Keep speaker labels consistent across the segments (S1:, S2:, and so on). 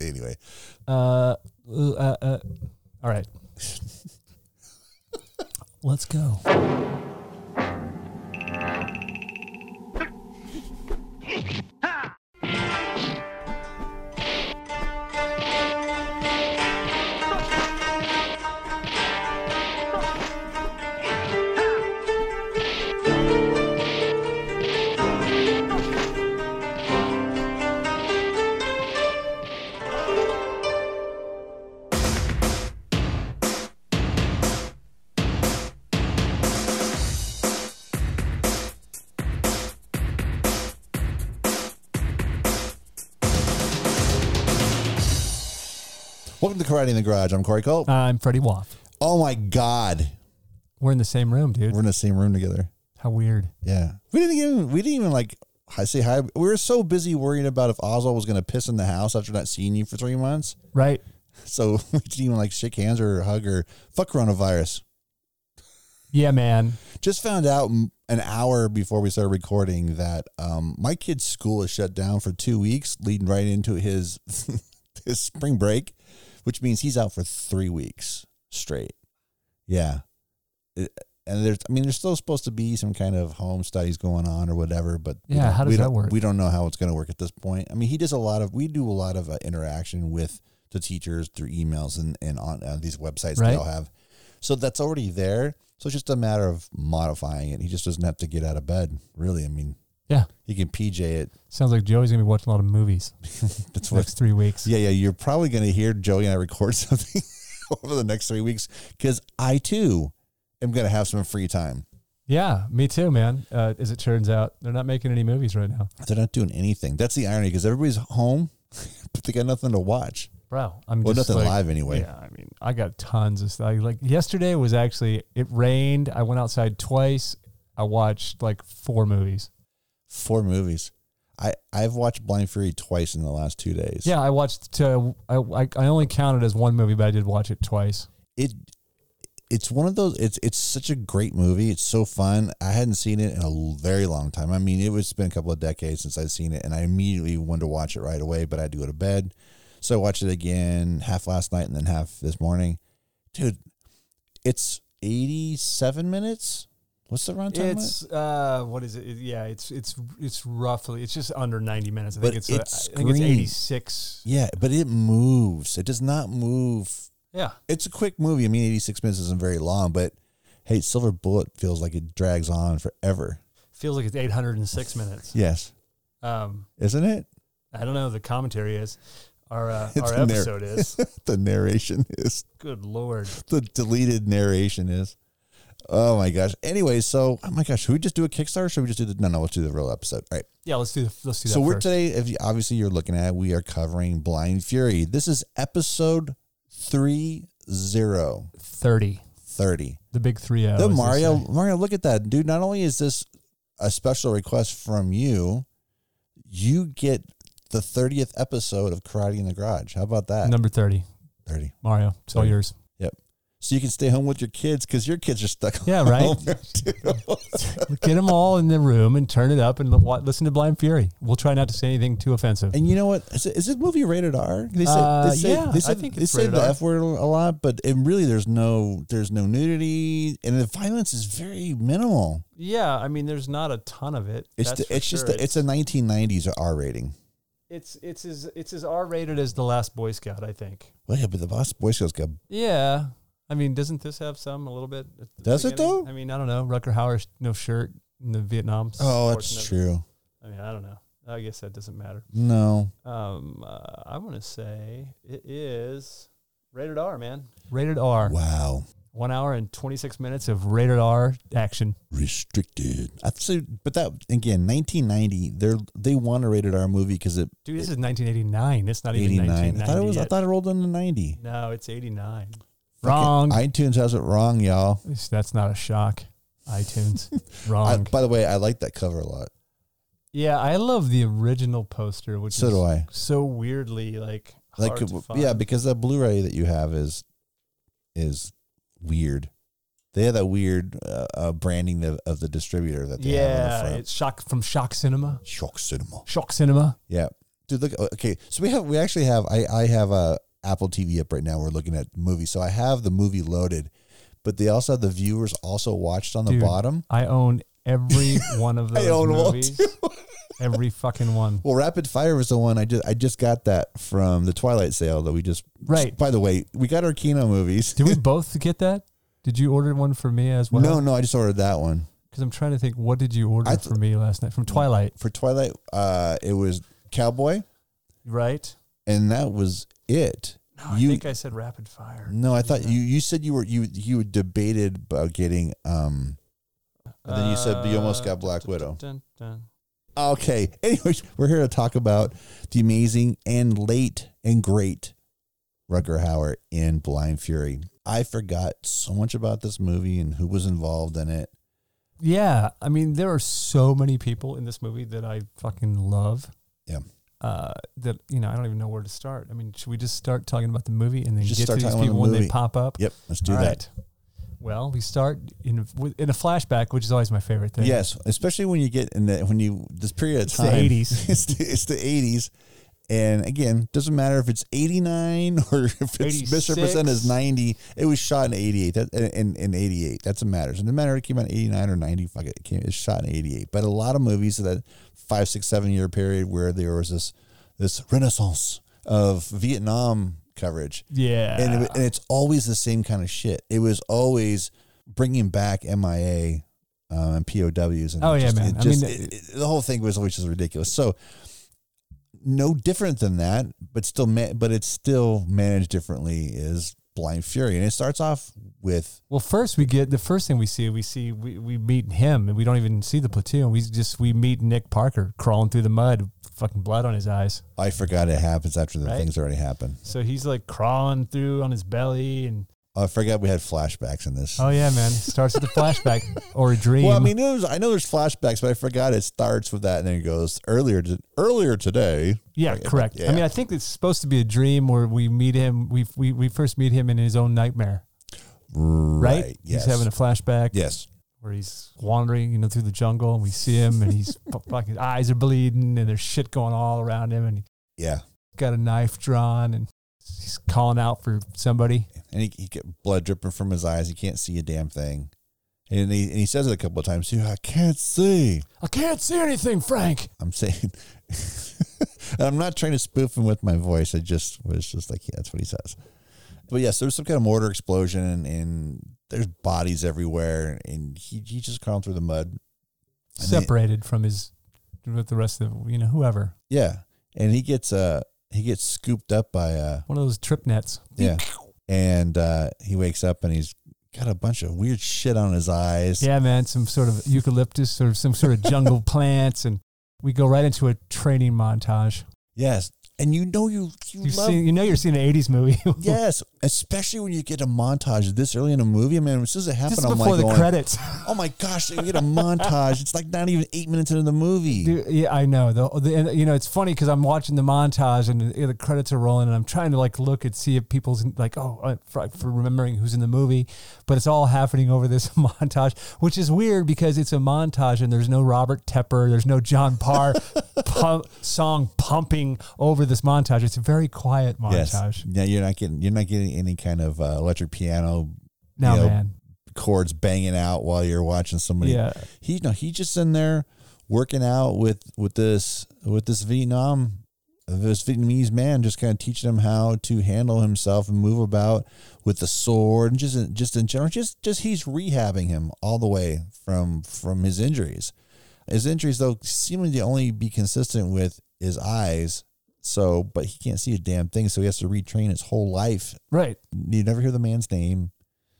S1: anyway.
S2: Uh, uh, uh, all right. Let's go.
S1: Welcome to Karate in the Garage. I'm Corey Culp.
S2: I'm Freddie Waff.
S1: oh my God,
S2: We're in the same room, dude.
S1: we're in the same room together.
S2: How weird.
S1: Yeah, we didn't even we didn't even like I say hi. We were so busy worrying about if Oswald was going to piss in the house after not seeing you for three months.
S2: Right?
S1: So we didn't even like shake hands or hug or fuck coronavirus.
S2: Yeah, man.
S1: Just found out m- an hour before we started recording that um, my kid's school is shut down for two weeks, leading right into his his spring break, which means he's out for three weeks straight. Yeah, It- and there's I mean there's still supposed to be some kind of home studies going on or whatever, but we
S2: Yeah,
S1: don't-
S2: how does
S1: we
S2: that
S1: don't-
S2: work?
S1: We don't know how it's going to work at this point. I mean, he does a lot of we do a lot of uh, interaction with the teachers through emails and and on uh, these websites
S2: Right.
S1: they all have. So that's already there. So it's just a matter of modifying it. He just doesn't have to get out of bed, really. I mean,
S2: Yeah.
S1: he can PJ it.
S2: Sounds like Joey's going to be watching a lot of movies
S1: That's what.
S2: next three weeks.
S1: Yeah, yeah. You're probably going to hear Joey and I record something over the next three weeks because I too am going to have some free time.
S2: Yeah, me too, man. Uh, as it turns out, they're not making any movies right now.
S1: They're not doing anything. That's the irony because everybody's home, but they got nothing to watch.
S2: Bro, I'm
S1: Well,
S2: just
S1: nothing
S2: like,
S1: live anyway.
S2: Yeah, I mean, I got tons of stuff. Like yesterday was actually it rained. I went outside twice. I watched like four movies.
S1: Four movies. I I've watched Blind Fury twice in the last two days.
S2: Yeah, I watched. Uh, I, I I only counted as one movie, but I did watch it twice.
S1: it it's one of those it's it's such a great movie it's so fun i hadn't seen it in a l- very long time i mean it was been a couple of decades since i'd seen it and i immediately wanted to watch it right away but i had to go to bed so i watched it again half last night and then half this morning dude it's 87 minutes what's the runtime on it?
S2: It's uh, what is it? It- Yeah, it's it's it's roughly it's just under ninety minutes. I
S1: But
S2: think it's
S1: it
S2: uh, I think it's
S1: screams.
S2: eighty six.
S1: yeah but it moves it does not move
S2: Yeah,
S1: it's a quick movie i mean 86 minutes isn't very long but hey silver bullet feels like it drags on forever
S2: feels like it's eight hundred and six minutes.
S1: yes
S2: Um,
S1: isn't it
S2: I don't know. The commentary is our uh,
S1: It's
S2: our
S1: in there.
S2: episode is
S1: the narration is
S2: good lord.
S1: the deleted narration is oh my gosh anyway so oh my gosh should we just do a kickstarter or should we just do the no no let's do the real episode all right
S2: Yeah, let's do the, let's do that.
S1: so we're
S2: first.
S1: today if you, obviously you're looking at it, we are covering blind fury this is episode 3030
S2: thirty. The big three O.
S1: the
S2: is uh, this
S1: mario
S2: thing.
S1: mario look at that dude not only is this a special request from you you get the 30th episode of karate in the garage how about that
S2: number thirty.
S1: 30
S2: Mario, it's all
S1: Sorry.
S2: yours.
S1: so you can stay home with your kids because your kids are stuck
S2: Yeah, right.
S1: home too.
S2: Get them all in the room and turn it up and wa- listen to Blind Fury. We'll try not to say anything too offensive.
S1: And you know what? Is, it- is this movie rated R? They say,
S2: Uh,
S1: they say,
S2: yeah,
S1: they
S2: I
S1: say,
S2: think
S1: they
S2: it's
S1: say
S2: rated
S1: the
S2: R.
S1: F word a lot, but it really there's no there's no nudity and the violence is very minimal.
S2: Yeah, I mean, there's not a ton of it.
S1: It's
S2: that's
S1: the,
S2: for
S1: it's just
S2: sure.
S1: the, it's a 1990s R rating.
S2: it's it's as it's as R rated as the last Boy Scout, I think.
S1: Well, yeah, but the Boss Boy Scouts got
S2: Yeah, I mean, doesn't this have some a little bit? at the
S1: Does it,
S2: beginning?
S1: though?
S2: I mean, I don't know. Rucker Hauer, sh- no shirt in the Vietnam. s-
S1: oh,
S2: portion
S1: that's
S2: of-
S1: true.
S2: I mean, I don't know. I guess that doesn't matter.
S1: No,
S2: Um, uh, I want to say it is rated R, man. Rated R.
S1: wow,
S2: One hour and twenty six minutes of rated R action.
S1: restricted. I'd say, but that again, 1990. They're they want a rated R movie because it
S2: Dude, this is 1989. It's not even
S1: 89.
S2: 1990.
S1: I thought it was. I
S2: yet.
S1: thought it rolled into 90.
S2: no, it's 89.
S1: Fucking
S2: Wrong.
S1: iTunes has it wrong, y'all.
S2: Yes, That's not a shock. iTunes.
S1: I,
S2: Wrong.
S1: by the way, I like that cover a lot.
S2: yeah, I love the original poster, which
S1: So
S2: is
S1: do I.
S2: so weirdly like hard
S1: like
S2: to find.
S1: yeah because that blu-ray that you have is is weird they have that weird uh, uh, branding of, of the distributor that they have on
S2: yeah,
S1: the front
S2: it's shock from Shock Cinema.
S1: shock cinema
S2: Shock Cinema.
S1: yeah dude, look. Okay, so we have we actually have I I have a Apple TV up right now. We're looking at movies, so I have the movie loaded, but they also have the viewers also watched on the
S2: Dude.
S1: bottom.
S2: I own every one of those
S1: own one,
S2: movies. every fucking one.
S1: Well, Rapid Fire was the one I just I just got that from the Twilight sale that we just
S2: Right.
S1: By the way, we got our Kino movies.
S2: Did we both get that? Did you order one for me as well?
S1: no, no, I just ordered that one
S2: Because I'm trying to think, what did you order
S1: I th-
S2: for me last night from Twilight?
S1: for Twilight. Uh, it was Cowboy,
S2: Right?
S1: and that was it.
S2: No,
S1: You-
S2: I think I said rapid fire.
S1: No, I thought you you said you were you you debated about getting um. And then you said you almost got Black Widow.
S2: Uh, dun, dun.
S1: Okay. Anyways, we're here to talk about the amazing and late and great Rutger Hauer in Blind Fury. I forgot so much about this movie and who was involved in it.
S2: Yeah, I mean, there are so many people in this movie that I fucking love.
S1: Yeah.
S2: Uh, that you know, I don't even know where to start. I mean, should we just start talking about the movie and then
S1: Just
S2: get to
S1: start
S2: these
S1: talking about the
S2: people when they
S1: movie.
S2: pop up?
S1: Yep, let's do
S2: All
S1: that.
S2: right. Well, we start in with- in a flashback, which is always my favorite thing.
S1: Yes, especially when you get in the when you this period of
S2: the
S1: time.
S2: 80s.
S1: It's the, it's the eighties, and again, doesn't matter if it's eighty nine or if it's
S2: 86.
S1: misrepresented as ninety. It was shot in eighty eight. That in, in eighty eight. That's what matters. It doesn't matter if it came out in eighty nine or ninety. Fuck it, it came. It's shot in eighty eight. But a lot of movies of that five, six, seven year period where there was this this renaissance of Vietnam coverage
S2: Yeah.
S1: and, it, and it's always the same kind of shit. It was always bringing back MIA um, and POWs. And
S2: Oh,
S1: it
S2: yeah,
S1: just,
S2: man.
S1: It
S2: I
S1: just,
S2: mean,
S1: it- it- the whole thing was always just ridiculous. So no different than that, but still, ma- but it's still managed differently. Is Blind Fury, and it starts off with
S2: Well, first we get the first thing we see. We see we, we meet him, and we don't even see the platoon. We just we meet Nick Parker crawling through the mud, fucking blood on his eyes.
S1: I forgot it happens after the
S2: Right.
S1: things already happened.
S2: So he's like crawling through on his belly, and
S1: I forgot we had flashbacks in this.
S2: oh yeah, man, starts with a flashback or a dream.
S1: Well, I mean, it was, I know there's flashbacks, but I forgot it starts with that, and then it goes earlier. To, earlier today,
S2: yeah, correct.
S1: yeah.
S2: I mean, I think it's supposed to be a dream where we meet him. We we we first meet him in his own nightmare, right?
S1: right? Yes,
S2: He's having a flashback
S1: yes.
S2: where he's wandering, you know, through the jungle, and we see him, and he's fucking his eyes are bleeding, and there's shit going all around him, and
S1: Yeah,
S2: got a knife drawn and he's calling out for somebody.
S1: and he, he get blood dripping from his eyes. He can't see a damn thing, and he and he says it a couple of times too. I can't see.
S2: I can't see anything, Frank.
S1: I'm saying, and I'm not trying to spoof him with my voice. I just was just like, yeah, that's what he says. But yes, there's some kind of mortar explosion, and, and there's bodies everywhere, and he he just crawled through the mud. And they-
S2: Separated from his with the rest of you know whoever.
S1: Yeah, and he gets uh he gets scooped up by uh
S2: One of those trip nets.
S1: yeah, and uh he wakes up and he's got a bunch of weird shit on his eyes.
S2: Yeah, man, some sort of eucalyptus or some sort of jungle plants and we go right into a training montage.
S1: Yes. And you know you you
S2: You've
S1: love
S2: seen you know you're seeing an eighties movie.
S1: Yes, especially when you get a montage this early in a movie. I mean, as soon as it
S2: Just
S1: happened, I'm
S2: before
S1: like,
S2: the
S1: going,
S2: credits.
S1: "Oh my gosh, you get a montage! It's like not even eight minutes into the movie."
S2: Dude, yeah, I know. The, the and, you know it's funny because I'm watching the montage and the, the credits are rolling, and I'm trying to like look and see if people's like, oh, uh, for, for remembering who's in the movie, but it's all happening over this montage, which is weird because it's a montage and there's no Robert Tepper, there's no John Parr pu- song pumping over this montage. It's a very quiet
S1: yes,
S2: montage.
S1: yeah, you're not getting you're not getting any kind of uh, electric piano
S2: Now,
S1: Yep.
S2: man,
S1: chords banging out while you're watching somebody.
S2: Yeah.
S1: he no, he just in there working out with with this with this Vietnam this Vietnamese man just kind of teaching him how to handle himself and move about with the sword and just in, just in general just just he's rehabbing him all the way from from his injuries. His injuries though seemingly to only be consistent with his eyes. So, but he can't see a damn thing, so he has to retrain his whole life.
S2: right?
S1: You never hear the man's name.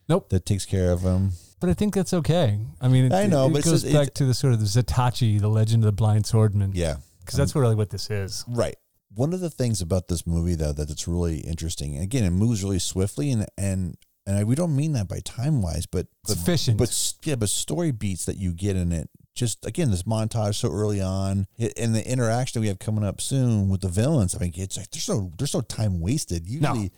S2: Nope.
S1: That takes care of him.
S2: But I think that's okay. I mean, it,
S1: I know,
S2: it
S1: but it's
S2: goes
S1: just-
S2: back
S1: it's-
S2: to the sort of the Zatachi, the legend of the blind swordman, because
S1: Yeah.
S2: that's really what this is.
S1: Right. One of the things about this movie though that it's really interesting, and again, it moves really swiftly and and and I, we don't mean that by time wise, but
S2: It's
S1: but,
S2: efficient.
S1: but s- yeah, but story beats that you get in it. Just again, this montage so early on, i- and the interaction we have coming up soon with the villains. I mean, it's like there's no there's no time wasted. Usually,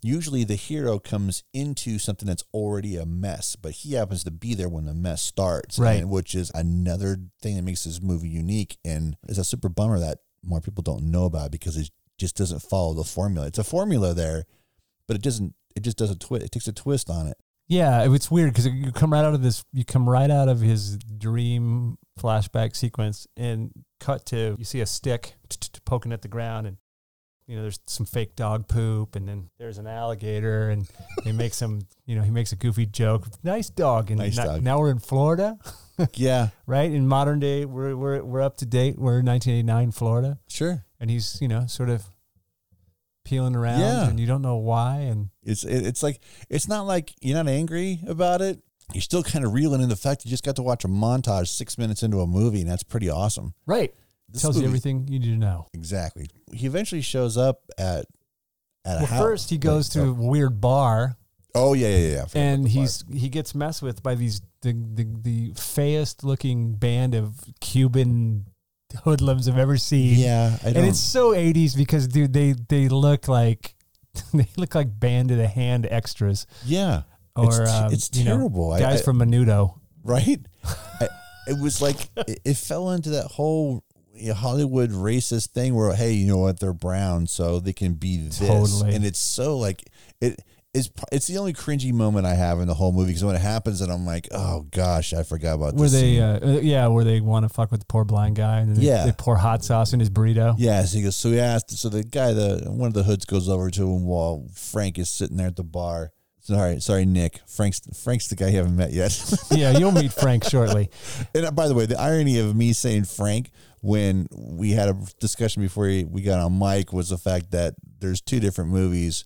S1: usually the hero comes into something that's already a mess, but he happens to be there when the mess starts,
S2: Right.
S1: and- which is another thing that makes this movie unique. And it's a super bummer that more people don't know about it because it just doesn't follow the formula. It's a formula there, but it doesn't. It just does a twist. It takes a twist on it.
S2: Yeah, it- it's weird because you come right out of this, you come right out of his dream flashback sequence and cut to you see a stick poking at the ground and you know there's some fake dog poop and then there's an alligator and he makes some you know he makes a goofy joke nice dog and
S1: Nice
S2: no-
S1: dog.
S2: now we're in Florida
S1: Yeah,
S2: right in modern day we're we're we're up to date we're in 1989 Florida
S1: sure.
S2: and he's you know sort of peeling around
S1: Yeah.
S2: and you don't know why and
S1: It's it, it's like it's not like you're not angry about it. You're still kind of reeling in the fact you just got to watch a montage six minutes into a movie, and that's pretty awesome.
S2: right
S1: This
S2: tells you
S1: movie-
S2: everything you need to know
S1: Exactly. He eventually shows up at at a
S2: Well,
S1: house.
S2: first he
S1: Wait,
S2: goes to
S1: oh.
S2: a weird bar,
S1: Oh yeah, yeah, yeah. I forgot about
S2: and
S1: the bar.
S2: he's he gets messed with by these the the, the fayest looking band of Cuban hoodlums I've ever seen.
S1: yeah. I don't,
S2: and it's so eighties because dude, they they look like they look like band of the hand extras
S1: yeah.
S2: or
S1: it's,
S2: um,
S1: it's
S2: you know,
S1: terrible. I-
S2: guys
S1: I-
S2: from Menudo.
S1: right? I, it was like it, it fell into that whole you know, Hollywood racist thing where hey, you know what? They're brown, so they can be this,
S2: Totally.
S1: and it's so like it. It's, pro- it's the only cringy moment I have in the whole movie because when it happens and I'm like, oh gosh, I forgot about
S2: Where
S1: this.
S2: they
S1: scene.
S2: uh, uh, yeah, where they want to fuck with the poor blind guy and then they,
S1: Yeah.
S2: they pour hot sauce in his burrito.
S1: Yeah, so he goes. So he asked. So the guy, the one of the hoods, goes over to him while Frank is sitting there at the bar. Sorry, sorry, Nick. Frank's Frank's the guy you haven't met yet.
S2: Yeah, you'll meet Frank shortly.
S1: And uh, by the way, the irony of me saying Frank when we had a discussion before he- we got on mic was the fact that there's two different movies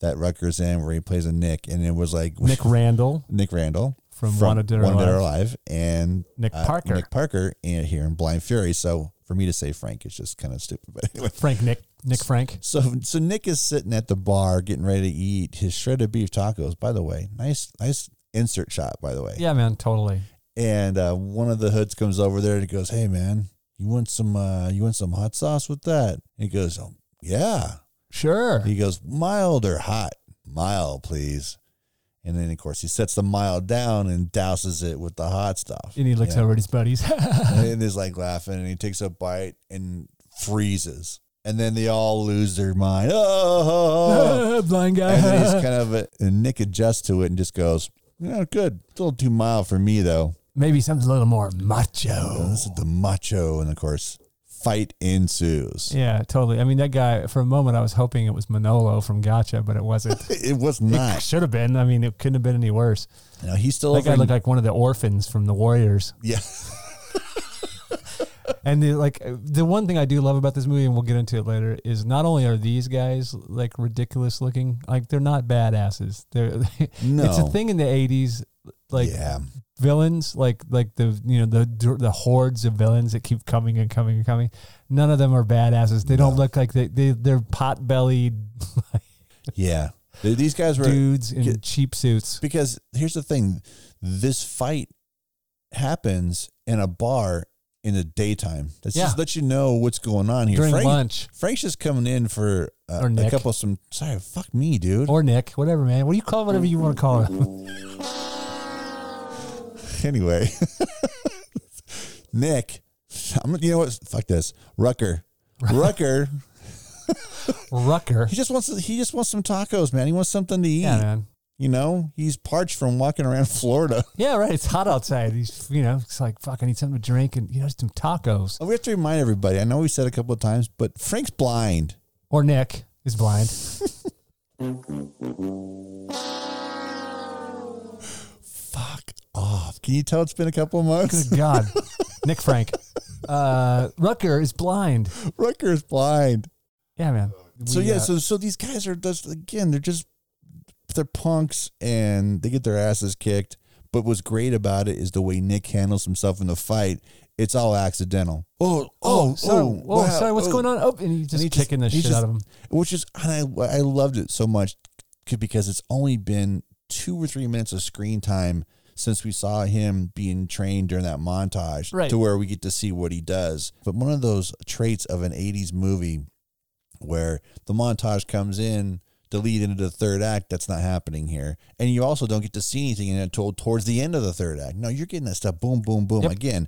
S1: that Rucker's in where he plays a Nick, and it was like
S2: Nick Randall
S1: Nick Randall
S2: from, Wanted Dead or
S1: Wanted Dead or
S2: Alive.
S1: Alive and
S2: Nick
S1: uh,
S2: Parker.
S1: Nick Parker, and here in Blind Fury. So for me to say Frank is just kind of stupid, but anyway.
S2: Frank Nick Nick Frank.
S1: So, so Nick is sitting at the bar getting ready to eat his shredded beef tacos. By the way, nice, nice insert shot. By the way,
S2: Yeah, man, totally.
S1: and uh, one of the hoods comes over there and he goes, "Hey man, you want some uh, you want some hot sauce with that?" And he goes, "Oh yeah."
S2: Sure.
S1: He goes, "Mild or hot? Mild, please." And then of course he sets the mild down and douses it with the hot stuff.
S2: and he looks
S1: Yeah.
S2: over at his buddies.
S1: and is like laughing and he takes a bite and freezes. And then they all lose their mind. Oh,
S2: Blind guy.
S1: and then he's kind of and Nick adjusts to it and just goes, "Yeah, good. It's a little too mild for me though."
S2: Maybe something a little more
S1: And
S2: macho.
S1: this is the macho, and of course, fight ensues.
S2: Yeah, totally. I mean, that guy, for a moment, I was hoping it was Manolo from Gotcha, but it wasn't.
S1: It was not.
S2: Should have been. I mean, it couldn't have been any worse.
S1: Now he's still
S2: That guy
S1: over-
S2: looked like one of the orphans from the Warriors.
S1: yeah,
S2: And the, like the one thing I do love about this movie, and we'll get into it later, is not only are these guys like ridiculous looking, like they're not badasses. They're
S1: no,
S2: it's a thing in the '80s, like
S1: yeah,
S2: villains like like the you know the the hordes of villains that keep coming and coming and coming none of them are badasses they don't
S1: No.
S2: look like they, they they're pot-bellied
S1: yeah. Th- These guys were
S2: dudes in
S1: Yeah.
S2: cheap suits
S1: because here's the thing: this fight happens in a bar in the daytime. That's
S2: Yeah.
S1: just let you know what's going on here.
S2: during
S1: Frank,
S2: lunch
S1: Frank's just coming in for
S2: Or
S1: uh, a
S2: Nick.
S1: couple of some. Sorry, fuck me, dude.
S2: or nick whatever man what do you call it whatever you want to call it
S1: anyway, Nick, I'm, you know what? Fuck this, Rucker. Rucker,
S2: rucker
S1: he just wants he just wants some tacos, man. He wants something to eat.
S2: yeah man
S1: You know, he's parched from walking around Florida.
S2: yeah right it's hot outside he's you know it's like fuck i need something to drink and you know some tacos
S1: We have to remind everybody. I know we said a couple of times, but Frank's blind.
S2: or nick is blind
S1: Fuck off. Can you tell it's been a couple of months?
S2: good god nick frank uh rucker is blind
S1: Rucker's blind.
S2: yeah man
S1: So
S2: We,
S1: yeah,
S2: uh,
S1: so so these guys are just again, they're just they're punks and they get their asses kicked. But what's great about it is the way Nick handles himself in the fight. It's all accidental. Oh,
S2: Oh,
S1: oh,
S2: sorry.
S1: oh,
S2: Whoa,
S1: wow,
S2: sorry. What's
S1: oh.
S2: going on? Oh, and he's just
S1: he just-
S2: kicking the
S1: he
S2: shit
S1: just-
S2: out of him.
S1: which is and I I loved it so much c- because it's only been two or three minutes of screen time since we saw him being trained during that montage
S2: Right.
S1: to where we get to see what he does. But one of those traits of an 80s movie where the montage comes in to lead into the third act that's not happening here and you also don't get to see anything in it until towards the end of the third act no you're getting that stuff boom boom boom
S2: Yep.
S1: again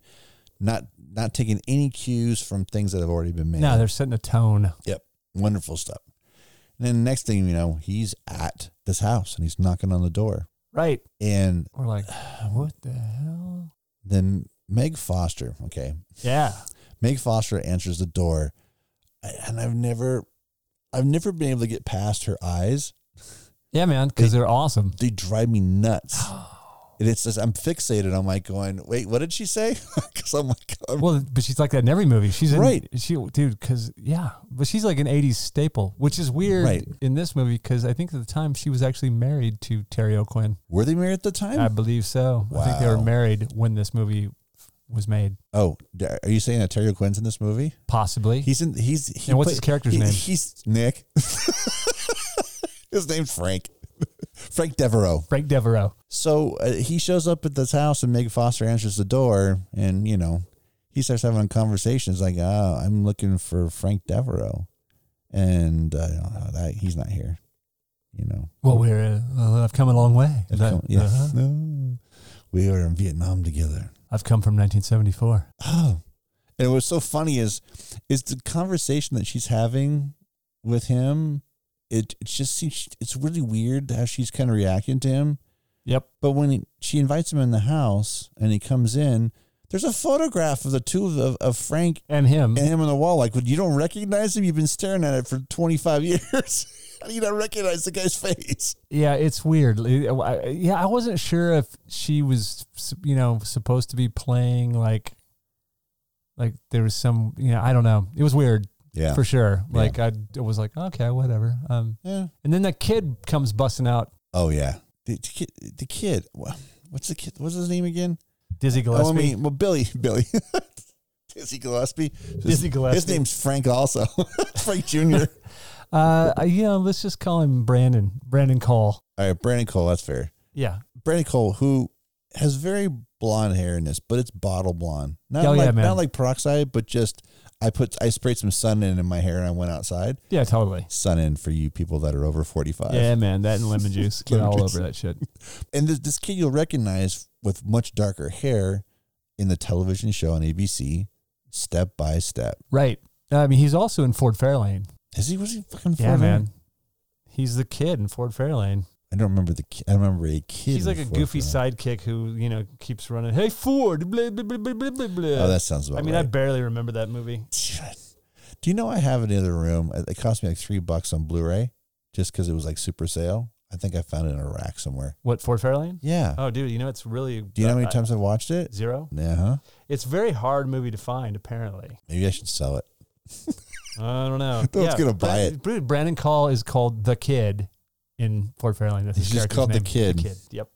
S1: not not taking any cues from things that have already been made.
S2: No, they're setting a tone.
S1: Yep. Wonderful stuff. And then next thing you know, he's at this house and he's knocking on the door.
S2: Right.
S1: And
S2: We're like, what the hell?
S1: then Meg Foster, okay,
S2: Yeah.
S1: Meg Foster answers the door, and I've never, I've never been able to get past her eyes.
S2: Yeah, man, because they're awesome.
S1: They drive me nuts. And it's just I'm fixated. I'm like going, wait, what did she say? Because I'm like, I'm-
S2: Well, but she's like that in every movie. She's in,
S1: Right.
S2: She, dude, because yeah, but she's like an '80s staple, which is weird
S1: Right.
S2: in this movie because I think at the time she was actually married to Terry O'Quinn.
S1: were they married at the time?
S2: I believe so. I think they were
S1: Wow.
S2: married when this movie was made,
S1: oh, d- are you saying that Terry Quinn's in this movie?
S2: possibly.
S1: He's in. He's. He
S2: And what's his character's
S1: he-
S2: name?
S1: He's Nick. his name's Frank. Frank Devereaux.
S2: Frank Devereaux.
S1: So uh, he shows up at this house, and Meg Foster answers the door, and you know, he starts having conversations like, "Oh, I'm looking for Frank Devereaux," and uh, that he's not here. You know,
S2: Well, we're uh, I've come a long way.
S1: I've
S2: That-
S1: come- yeah,
S2: uh-huh.
S1: no, we were in Vietnam together.
S2: I've come from 1974.
S1: Oh, and what's so funny is, is the conversation that she's having with him. It, it just seems it's really weird how she's kind of reacting to him.
S2: Yep.
S1: But when he, she invites him in the house and he comes in, there's a photograph of the two of, of, of Frank
S2: And him.
S1: and him on the wall. Like, you don't recognize him? You've been staring at it for 25 years. How do you not recognize the guy's face?
S2: Yeah, it's weird. L- I- Yeah, I wasn't sure if she was, s- you know, supposed to be playing like, like there was some, you know, I don't know. It was weird
S1: Yeah.
S2: for sure.
S1: Yeah.
S2: Like I d- was like, okay, whatever. Um,
S1: yeah.
S2: and then the kid comes busting out,
S1: Oh, yeah. The, the kid, the kid, wha- what's the kid? What's his name again?
S2: Dizzy Gillespie.
S1: Oh, I mean, well, Billy, Billy. Dizzy Gillespie. His-
S2: Dizzy
S1: His
S2: Gillespie.
S1: name's Frank also. Frank Jr.
S2: uh, I- you know, let's just call him Brandon. Brandon Cole.
S1: All right, Brandon Cole, that's fair.
S2: Yeah.
S1: Brandy Cole, who has very blonde hair in this, but it's bottle blonde. Not
S2: Oh,
S1: like
S2: yeah, man.
S1: not like peroxide, but just I put I sprayed some sun in in my hair and I went outside.
S2: Yeah, totally.
S1: Sun in for you people that are over forty five.
S2: Yeah, man. That and lemon juice. Get
S1: Uh, Lemon
S2: all
S1: juice.
S2: over that shit.
S1: And this, this kid you'll recognize with much darker hair in the television show on ABC, Step by Step.
S2: Right. I mean, he's also in Ford Fairlane.
S1: Is he was he fucking
S2: Yeah,
S1: 49?
S2: man. He's the kid in Ford Fairlane.
S1: I don't remember the ki- I don't remember a kid.
S2: He's
S1: in
S2: like a
S1: Fort
S2: goofy
S1: Fun.
S2: sidekick who you know keeps running. Hey Ford, blah blah blah blah blah blah. blah.
S1: Oh, that sounds about
S2: I mean, I
S1: right.
S2: barely remember that movie.
S1: Do you know I have it in the other room? It it cost me like three bucks on Blu-ray, just because it was like super sale. I think I found it in a rack somewhere.
S2: What Ford Fairlane?
S1: Yeah.
S2: Oh, dude, you know it's really.
S1: Do you know how many
S2: uh,
S1: times I've watched it?
S2: Zero.
S1: Yeah. Huh?
S2: It's a very hard movie to find. Apparently,
S1: Maybe I should sell it.
S2: I don't know.
S1: No one's gonna buy
S2: Brandon- Dude, Brandon Call is called the kid in Ford Fairlane. That's his
S1: He's just
S2: character's
S1: called the
S2: name.
S1: Kid.
S2: The kid. Yep.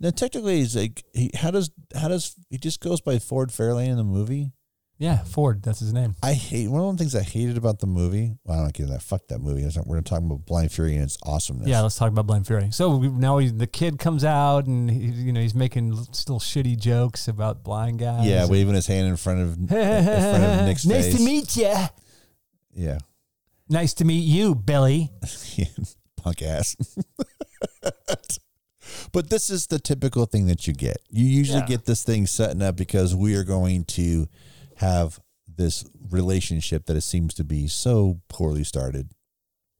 S1: Now, technically, he's like, he, how does how does he just goes by Ford Fairlane in the movie?
S2: Yeah, Ford. That's his name.
S1: I hate one of the things I hated about the movie. Well, I don't get that. Fuck that movie. It's not- We're talking about Blind Fury and its awesomeness.
S2: Yeah, let's talk about Blind Fury. So we, now he, the kid comes out and he, you know he's making l- still shitty jokes about blind guys.
S1: Yeah,
S2: and-
S1: waving his hand in front of in front of Nick's
S2: nice
S1: face.
S2: to meet you.
S1: Yeah,
S2: Nice to meet you, Billy.
S1: punk ass. but this is the typical thing that you get. You usually
S2: Yeah.
S1: get this thing setting up because we are going to have this relationship that it seems to be so poorly started.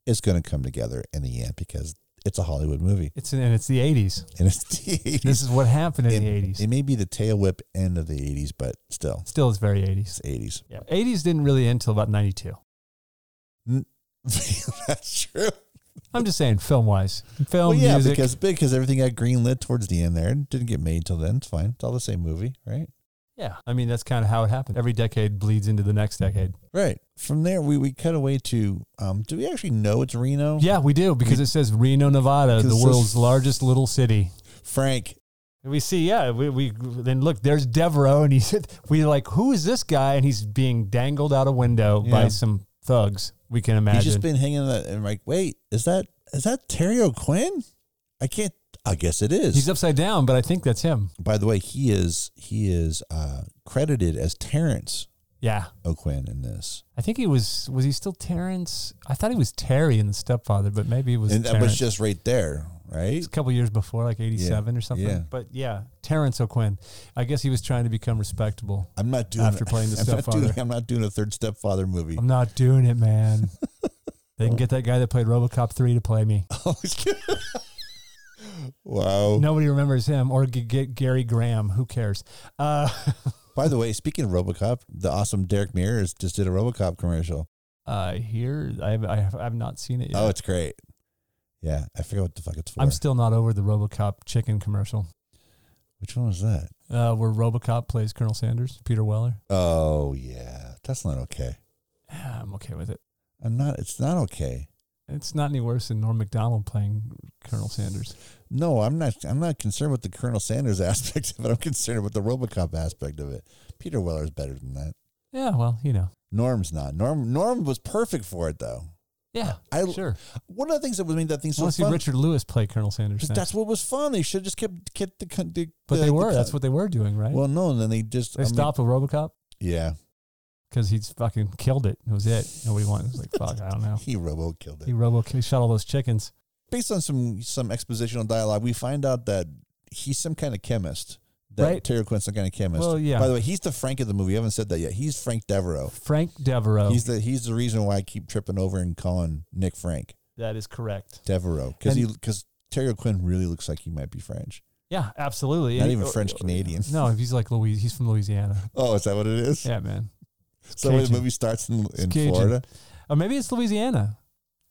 S1: It's going to come together in the end because it's a Hollywood movie
S2: It's and it's the '80s.
S1: and it's the 80s.
S2: This is what happened in
S1: it,
S2: the '80s.
S1: it may be the tail whip end of the 80s, but still,
S2: Still, it's very '80s.
S1: it's 80s.
S2: Yeah, '80s didn't really end until about '92.
S1: That's true.
S2: I'm just saying, film wise, film
S1: well, yeah,
S2: music.
S1: because because everything got greenlit towards the end there and didn't get made till then. It's fine. It's all the same movie, right?
S2: yeah, I mean that's kind of how it happened. Every decade bleeds into the next decade.
S1: Right. From there, we, we cut away to um, do we actually know it's Reno?
S2: Yeah, we do because it says Reno, Nevada,
S1: Because
S2: the
S1: this-
S2: world's largest little city.
S1: Frank.
S2: We see, yeah, we, we then look. There's Devereaux, and he's we like, who is this guy? And he's being dangled out a window by
S1: Yeah.
S2: some thugs. We can imagine.
S1: He's just been hanging in that and like, wait, is that is that Terry O'Quinn? I can't. I guess it is.
S2: He's upside down, but I think that's him.
S1: By the way, he is he is uh, credited as Terrence
S2: Yeah.
S1: O'Quinn in this,
S2: I think he was was he still Terrence? I thought he was Terry in the stepfather, but maybe it was
S1: and uh, that
S2: Terrence.
S1: was just right there. right?
S2: It's a couple years before, like '87 or something.
S1: yeah.
S2: But yeah, Terrence O'Quinn. I guess he was trying to become respectable.
S1: I'm not doing
S2: After playing The
S1: I'm not doing-
S2: Stepfather.
S1: I'm not doing a third stepfather movie.
S2: I'm not doing it, man. they can get that guy that played RoboCop three to play me.
S1: I was kidding. wow.
S2: Nobody remembers him, or g- get Gary Graham. Who cares? Uh,
S1: By the way, speaking of RoboCop, the awesome Derek Mears just did a RoboCop commercial.
S2: I hear I have, I have I've not seen it yet.
S1: Oh, it's great. Yeah, I forget what the fuck it's for.
S2: I'm still not over the RoboCop chicken commercial.
S1: Which one was that?
S2: Uh, where RoboCop plays Colonel Sanders, Peter Weller.
S1: Oh yeah, that's not okay.
S2: Ah, I'm okay with it.
S1: I'm not. It's not okay.
S2: It's not any worse than Norm Macdonald playing Colonel Sanders.
S1: No, I'm not. I'm not concerned with the Colonel Sanders aspect of it. I'm concerned with the RoboCop aspect of it. Peter Weller's better than that.
S2: Yeah, well, you know.
S1: Norm's not. Norm. Norm was perfect for it though.
S2: Yeah,
S1: I-
S2: sure.
S1: One of the things that was made that thing
S2: I
S1: so
S2: want to see
S1: fun.
S2: Richard Lewis play Colonel Sanders.
S1: Because
S2: next.
S1: that's what was fun. They should have just kept kept the, con- the
S2: but
S1: the-
S2: they
S1: the
S2: were.
S1: con-
S2: That's what they were doing, right?
S1: Well, no, and then they just
S2: they
S1: I mean,
S2: stopped with RoboCop
S1: Yeah,
S2: because he's fucking killed it. It was it. Nobody wanted. It was like fuck. I don't know.
S1: he robo killed it.
S2: He Robo he shot all those chickens.
S1: Based on some some expositional dialogue, we find out that he's some kind of chemist. That
S2: Right.
S1: Terry Quinn's some kind of chemist.
S2: Well, yeah.
S1: By the way, he's the Frank of the movie. I haven't said that yet. He's Frank Devereaux.
S2: Frank Devereaux.
S1: He's the he's the reason why I keep tripping over and calling Nick Frank
S2: that is correct.
S1: Devereaux because he
S2: And-
S1: because Terry O'Quinn really looks like he might be French,
S2: Yeah, absolutely.
S1: not
S2: And-
S1: even French Canadian.
S2: No, he's like Louise. He's from Louisiana.
S1: Oh, is that what it is?
S2: Yeah, man.
S1: so the
S2: Cajun.
S1: movie starts in, in
S2: Cajun.
S1: Florida.
S2: Or maybe it's Louisiana.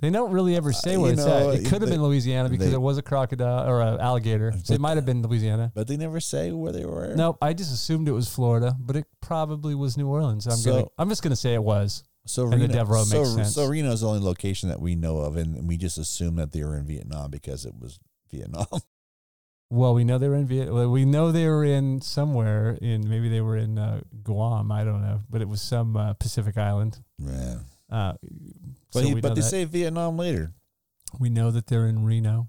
S2: They don't really ever say
S1: Uh,
S2: where
S1: you
S2: it's
S1: know,
S2: at. It could have
S1: they-
S2: been Louisiana because
S1: they-
S2: it was a crocodile or an alligator. So it might have been Louisiana.
S1: But they never say where they were.
S2: Nope, I just assumed it was Florida, but it probably was New Orleans. I'm
S1: So-
S2: gonna, I'm just gonna say it was.
S1: So
S2: And the
S1: Reno,
S2: Devereaux
S1: so,
S2: makes sense.
S1: so Reno's the only location that we know of, and we just assume that they were in Vietnam because it was Vietnam.
S2: Well, we know they were in Viet. Well, we know they were in somewhere in maybe they were in uh, Guam. I don't know, but it was some uh, Pacific island.
S1: Man.
S2: Uh,
S1: But
S2: so
S1: he,
S2: we
S1: but
S2: know
S1: they
S2: that.
S1: say Vietnam later.
S2: we know that they're in Reno.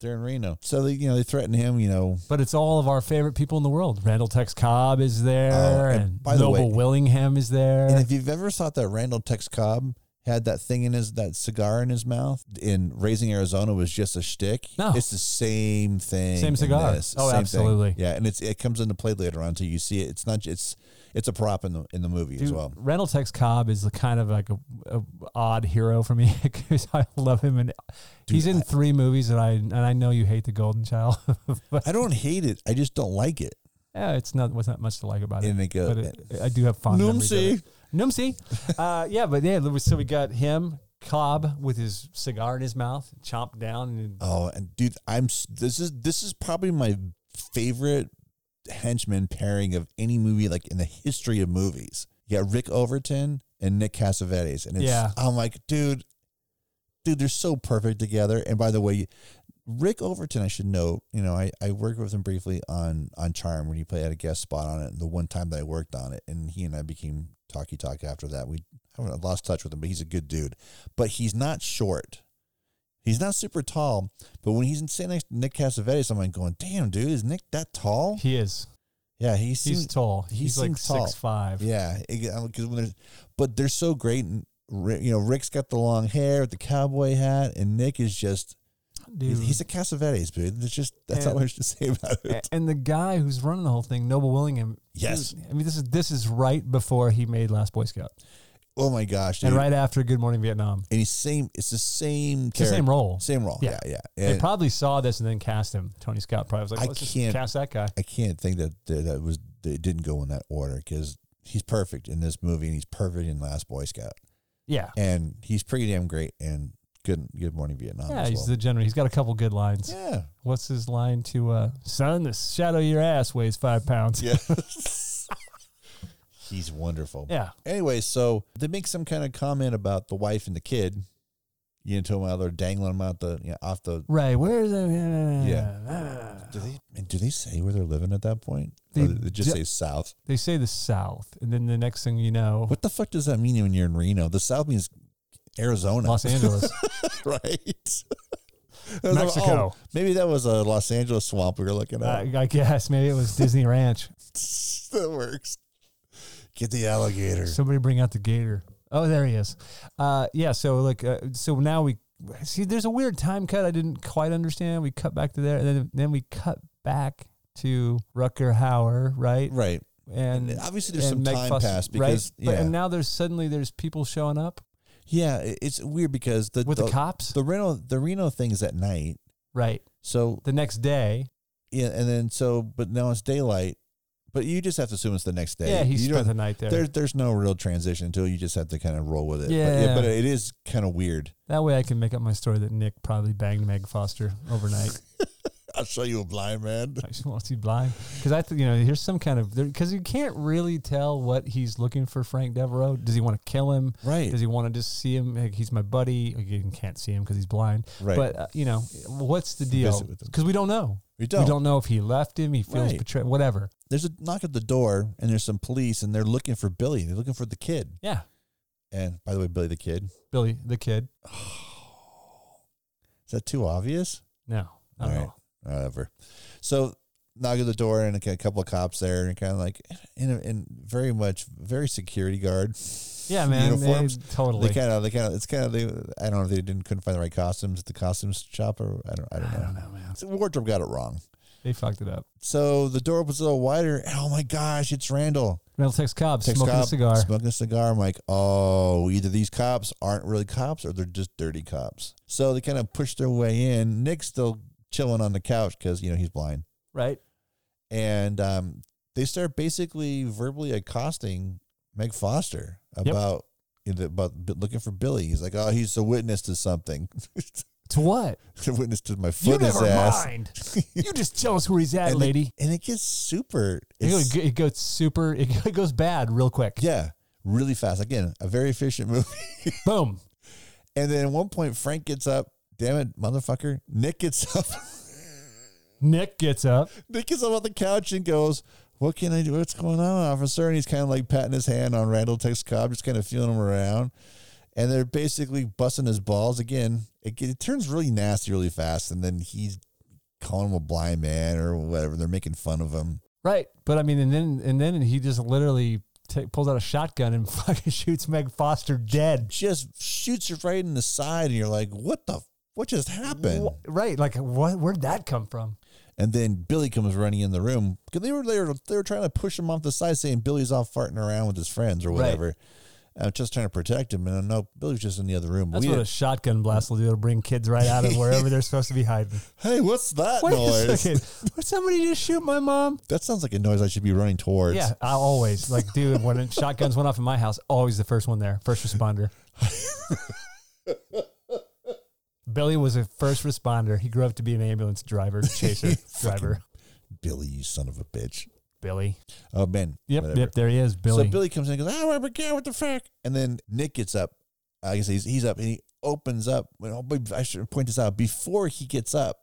S1: They're in Reno, so they you know they threaten him. You know,
S2: But it's all of our favorite people in the world. Randall Tex Cobb is there,
S1: Oh, and
S2: and,
S1: by the
S2: Noble
S1: way-
S2: Willingham is there.
S1: and if you've ever thought that Randall Tex Cobb had that thing in his that cigar in his mouth in Raising Arizona was just a shtick,
S2: No.
S1: it's the same thing.
S2: Same
S1: in
S2: cigar.
S1: this.
S2: Oh,
S1: thing.
S2: absolutely.
S1: Yeah, and it's it comes into play later on too. You see it. It's not. It's it's a prop in the in the movie as
S2: Dude,
S1: well.
S2: Randall Tex Cobb is the kind of like a, a odd hero for me because I love him, and he's
S1: Dude,
S2: in three movies that I and I know you hate the Golden Child, but
S1: I don't hate it. I just don't like it.
S2: yeah, it's not was not much to like about it.
S1: And they go,
S2: But it, I do have fond memories. of
S1: Noomsy.
S2: it. Noomsy, uh, yeah, but yeah, there was- so we got him Cobb with his cigar in his mouth, chomped down, and
S1: Oh, and dude, I'm s- this is this is probably my favorite henchman pairing of any movie like in the history of movies. You got Rick Overton and Nick Cassavetes, and it's,
S2: Yeah.
S1: I'm like, dude, dude, they're so perfect together. And by the way, Rick Overton, I should note, you know, I, I worked with him briefly on on Charm when he played had a guest spot on it. The one time that I worked on it, and he and I became talky talk after that. We I haven't lost touch with him, but he's a good dude. But he's not short. He's not super tall. But when he's sitting next to Nick Cassavetes, I'm like going, damn, dude, is Nick that tall?
S2: he is
S1: Yeah, he
S2: he's
S1: seems.
S2: tall.
S1: he
S2: He's like
S1: seems tall.
S2: six five.
S1: yeah, because when there's, but they're so great. And Ri- you know, Rick's got the long hair, with the cowboy hat, and Nick is just he's,
S2: Dude.
S1: he's a Cassavetes, dude. It's just that's all
S2: And-
S1: there's to say about it.
S2: A- and the guy who's running the whole thing, Noble Willingham.
S1: Yes.
S2: dude, I mean this is this is right before he made Last Boy Scout,
S1: Oh my gosh, dude.
S2: and
S1: And,
S2: right after Good Morning Vietnam.
S1: he's same. It's the same.
S2: It's the same
S1: character-
S2: role.
S1: Same role. Yeah,
S2: Yeah.
S1: yeah.
S2: They
S1: And
S2: probably saw this and then cast him. Tony Scott probably was like,
S1: I
S2: "Let's
S1: can't-
S2: just cast that guy."
S1: I can't think that that, that was that it didn't go in that order because he's perfect in this movie and he's perfect in Last Boy Scout
S2: Yeah,
S1: and he's pretty damn great and good. Good morning Vietnam.
S2: yeah.
S1: as
S2: He's
S1: well.
S2: the general. He's got a couple good lines.
S1: yeah.
S2: What's his line to uh, "Son, the shadow of your ass weighs five pounds"?
S1: Yeah. He's wonderful.
S2: Yeah.
S1: Anyway, so they make some kind of comment about the wife and the kid. You know, how they're dangling them out the you know, off the.
S2: Right. Where's the?
S1: Do they and do they say where they're living at that point?
S2: They
S1: or they just
S2: ju-
S1: say south.
S2: They say the South, and then the next thing you know,
S1: What the fuck does that mean when you're in Reno? The south means Arizona,
S2: Los Angeles,
S1: right? I was like,
S2: Mexico.
S1: oh, maybe that was a Los Angeles swamp we were looking at.
S2: Uh, I, I guess maybe it was Disney Ranch.
S1: that works. Get the alligator.
S2: Somebody bring out the gator. Oh, there he is. Uh, yeah. So like, uh, so now we see, there's a weird time cut I didn't quite understand. We cut back to there, and then then we cut back to Rucker Hauer, right?
S1: Right.
S2: And
S1: Obviously, there's some
S2: and Meg
S1: time
S2: Fuss-
S1: passed because
S2: right? But-
S1: yeah,
S2: and now there's suddenly there's people showing up
S1: yeah, it- it's weird because the
S2: with the, cops,
S1: the Reno the Reno thing is at night,
S2: right?
S1: so
S2: The next day,
S1: yeah, and then so but now it's daylight, but you just have to assume it's the next day.
S2: yeah, he
S1: you
S2: spent
S1: don't-
S2: the night there.
S1: There's there's no real transition until you just have to kind of roll with it. but,
S2: Yeah.
S1: but it is kind of weird.
S2: That way, I can make up my story that Nick probably banged Meg Foster overnight.
S1: I'll show you a blind man.
S2: I just want to see blind because I, th- you know, here's some kind of because you can't really tell what he's looking for. Frank Devereaux. Does he want to kill him?
S1: Right.
S2: Does he want to just see him? Like, he's my buddy. Like, you can't see him because he's blind.
S1: Right.
S2: But uh, you know, what's the deal?
S1: Visit with him.
S2: Because we don't know.
S1: We don't.
S2: We don't know if he left him. He feels
S1: Right.
S2: betrayed. Whatever.
S1: There's a knock at the door, and there's some police, and they're looking for Billy. They're looking for the kid.
S2: Yeah.
S1: And by the way, Billy the kid is
S2: Billy the kid.
S1: that too obvious?
S2: No. I don't
S1: All right.
S2: know.
S1: Whatever. So knock at the door, and a couple of cops there, and kind of like, in, a, in very much very security guard.
S2: Yeah, man. they-
S1: Uniforms.
S2: totally.
S1: They kind of, they kind of, it's kind of, they, I don't know if they didn't couldn't find the right costumes at the costumes shop, or I don't, I don't know.
S2: I don't know, man.
S1: So wardrobe got it wrong.
S2: They fucked it up.
S1: So the door was a little wider. and oh my gosh, it's Randall.
S2: Randall Tex Cobb
S1: Tex
S2: smoking a
S1: Cobb,
S2: cigar.
S1: Smoking a cigar. I'm like, oh, either these cops aren't really cops or they're just dirty cops. So they kind of push their way in. Nick's still chilling on the couch because, you know, he's blind.
S2: right.
S1: And um, they start basically verbally accosting Meg Foster about. you know, About looking for Billy, he's like, "Oh, he's a witness to something.
S2: To what?
S1: a witness to my
S2: You
S1: foot in his
S2: never
S1: ass."
S2: mind. you just tell us where he's at,
S1: And
S2: lady.
S1: it, and it gets super.
S2: It
S1: it's-
S2: goes, it goes super. It goes bad real quick.
S1: Yeah, really fast. Again, a very efficient movie.
S2: Boom.
S1: And then at one point, Frank gets up. Damn it, motherfucker! Nick gets up.
S2: Nick gets up.
S1: Nick gets up on the couch and goes, "What can I do? What's going on, officer?" And he's kind of like patting his hand on Randall Tex Cobb, just kind of feeling him around. And they're basically busting his balls again. It, get- it turns really nasty really fast, and then he's calling him a blind man or whatever. They're making fun of him.
S2: Right. But I mean, and then and then he just literally ta pulls out a shotgun and fucking shoots Meg Foster dead.
S1: Just shoots her right in the side, and you're like, "What the? f- What just happened?"
S2: Wh- Right. Like, what? Where'd that come from?
S1: And then Billy comes running in the room because they were they were they were trying to push him off the side, saying Billy's off farting around with his friends or
S2: Right.
S1: whatever, uh, just trying to protect him. And uh, no, Billy's just in the other room.
S2: That's
S1: We
S2: what a shotgun blast will do. It'll bring kids right out of wherever they're supposed to be hiding.
S1: didn't- hey, what's that
S2: Wait a
S1: noise?
S2: second. Would somebody just shoot my mom?
S1: That sounds like a noise I should be running towards.
S2: Yeah, I always like, dude. When shotguns went off in my house, always the first one there, first responder. Billy was a first responder. He grew up to be an ambulance driver, chaser, driver.
S1: Billy, you son of a bitch.
S2: Billy.
S1: Oh man.
S2: Yep,
S1: whatever.
S2: yep. There he is, Billy.
S1: So Billy comes in and goes, I don't ever care what the fuck. And then Nick gets up. I guess he's he's up and he opens up. Well, but I should point this out before he gets up.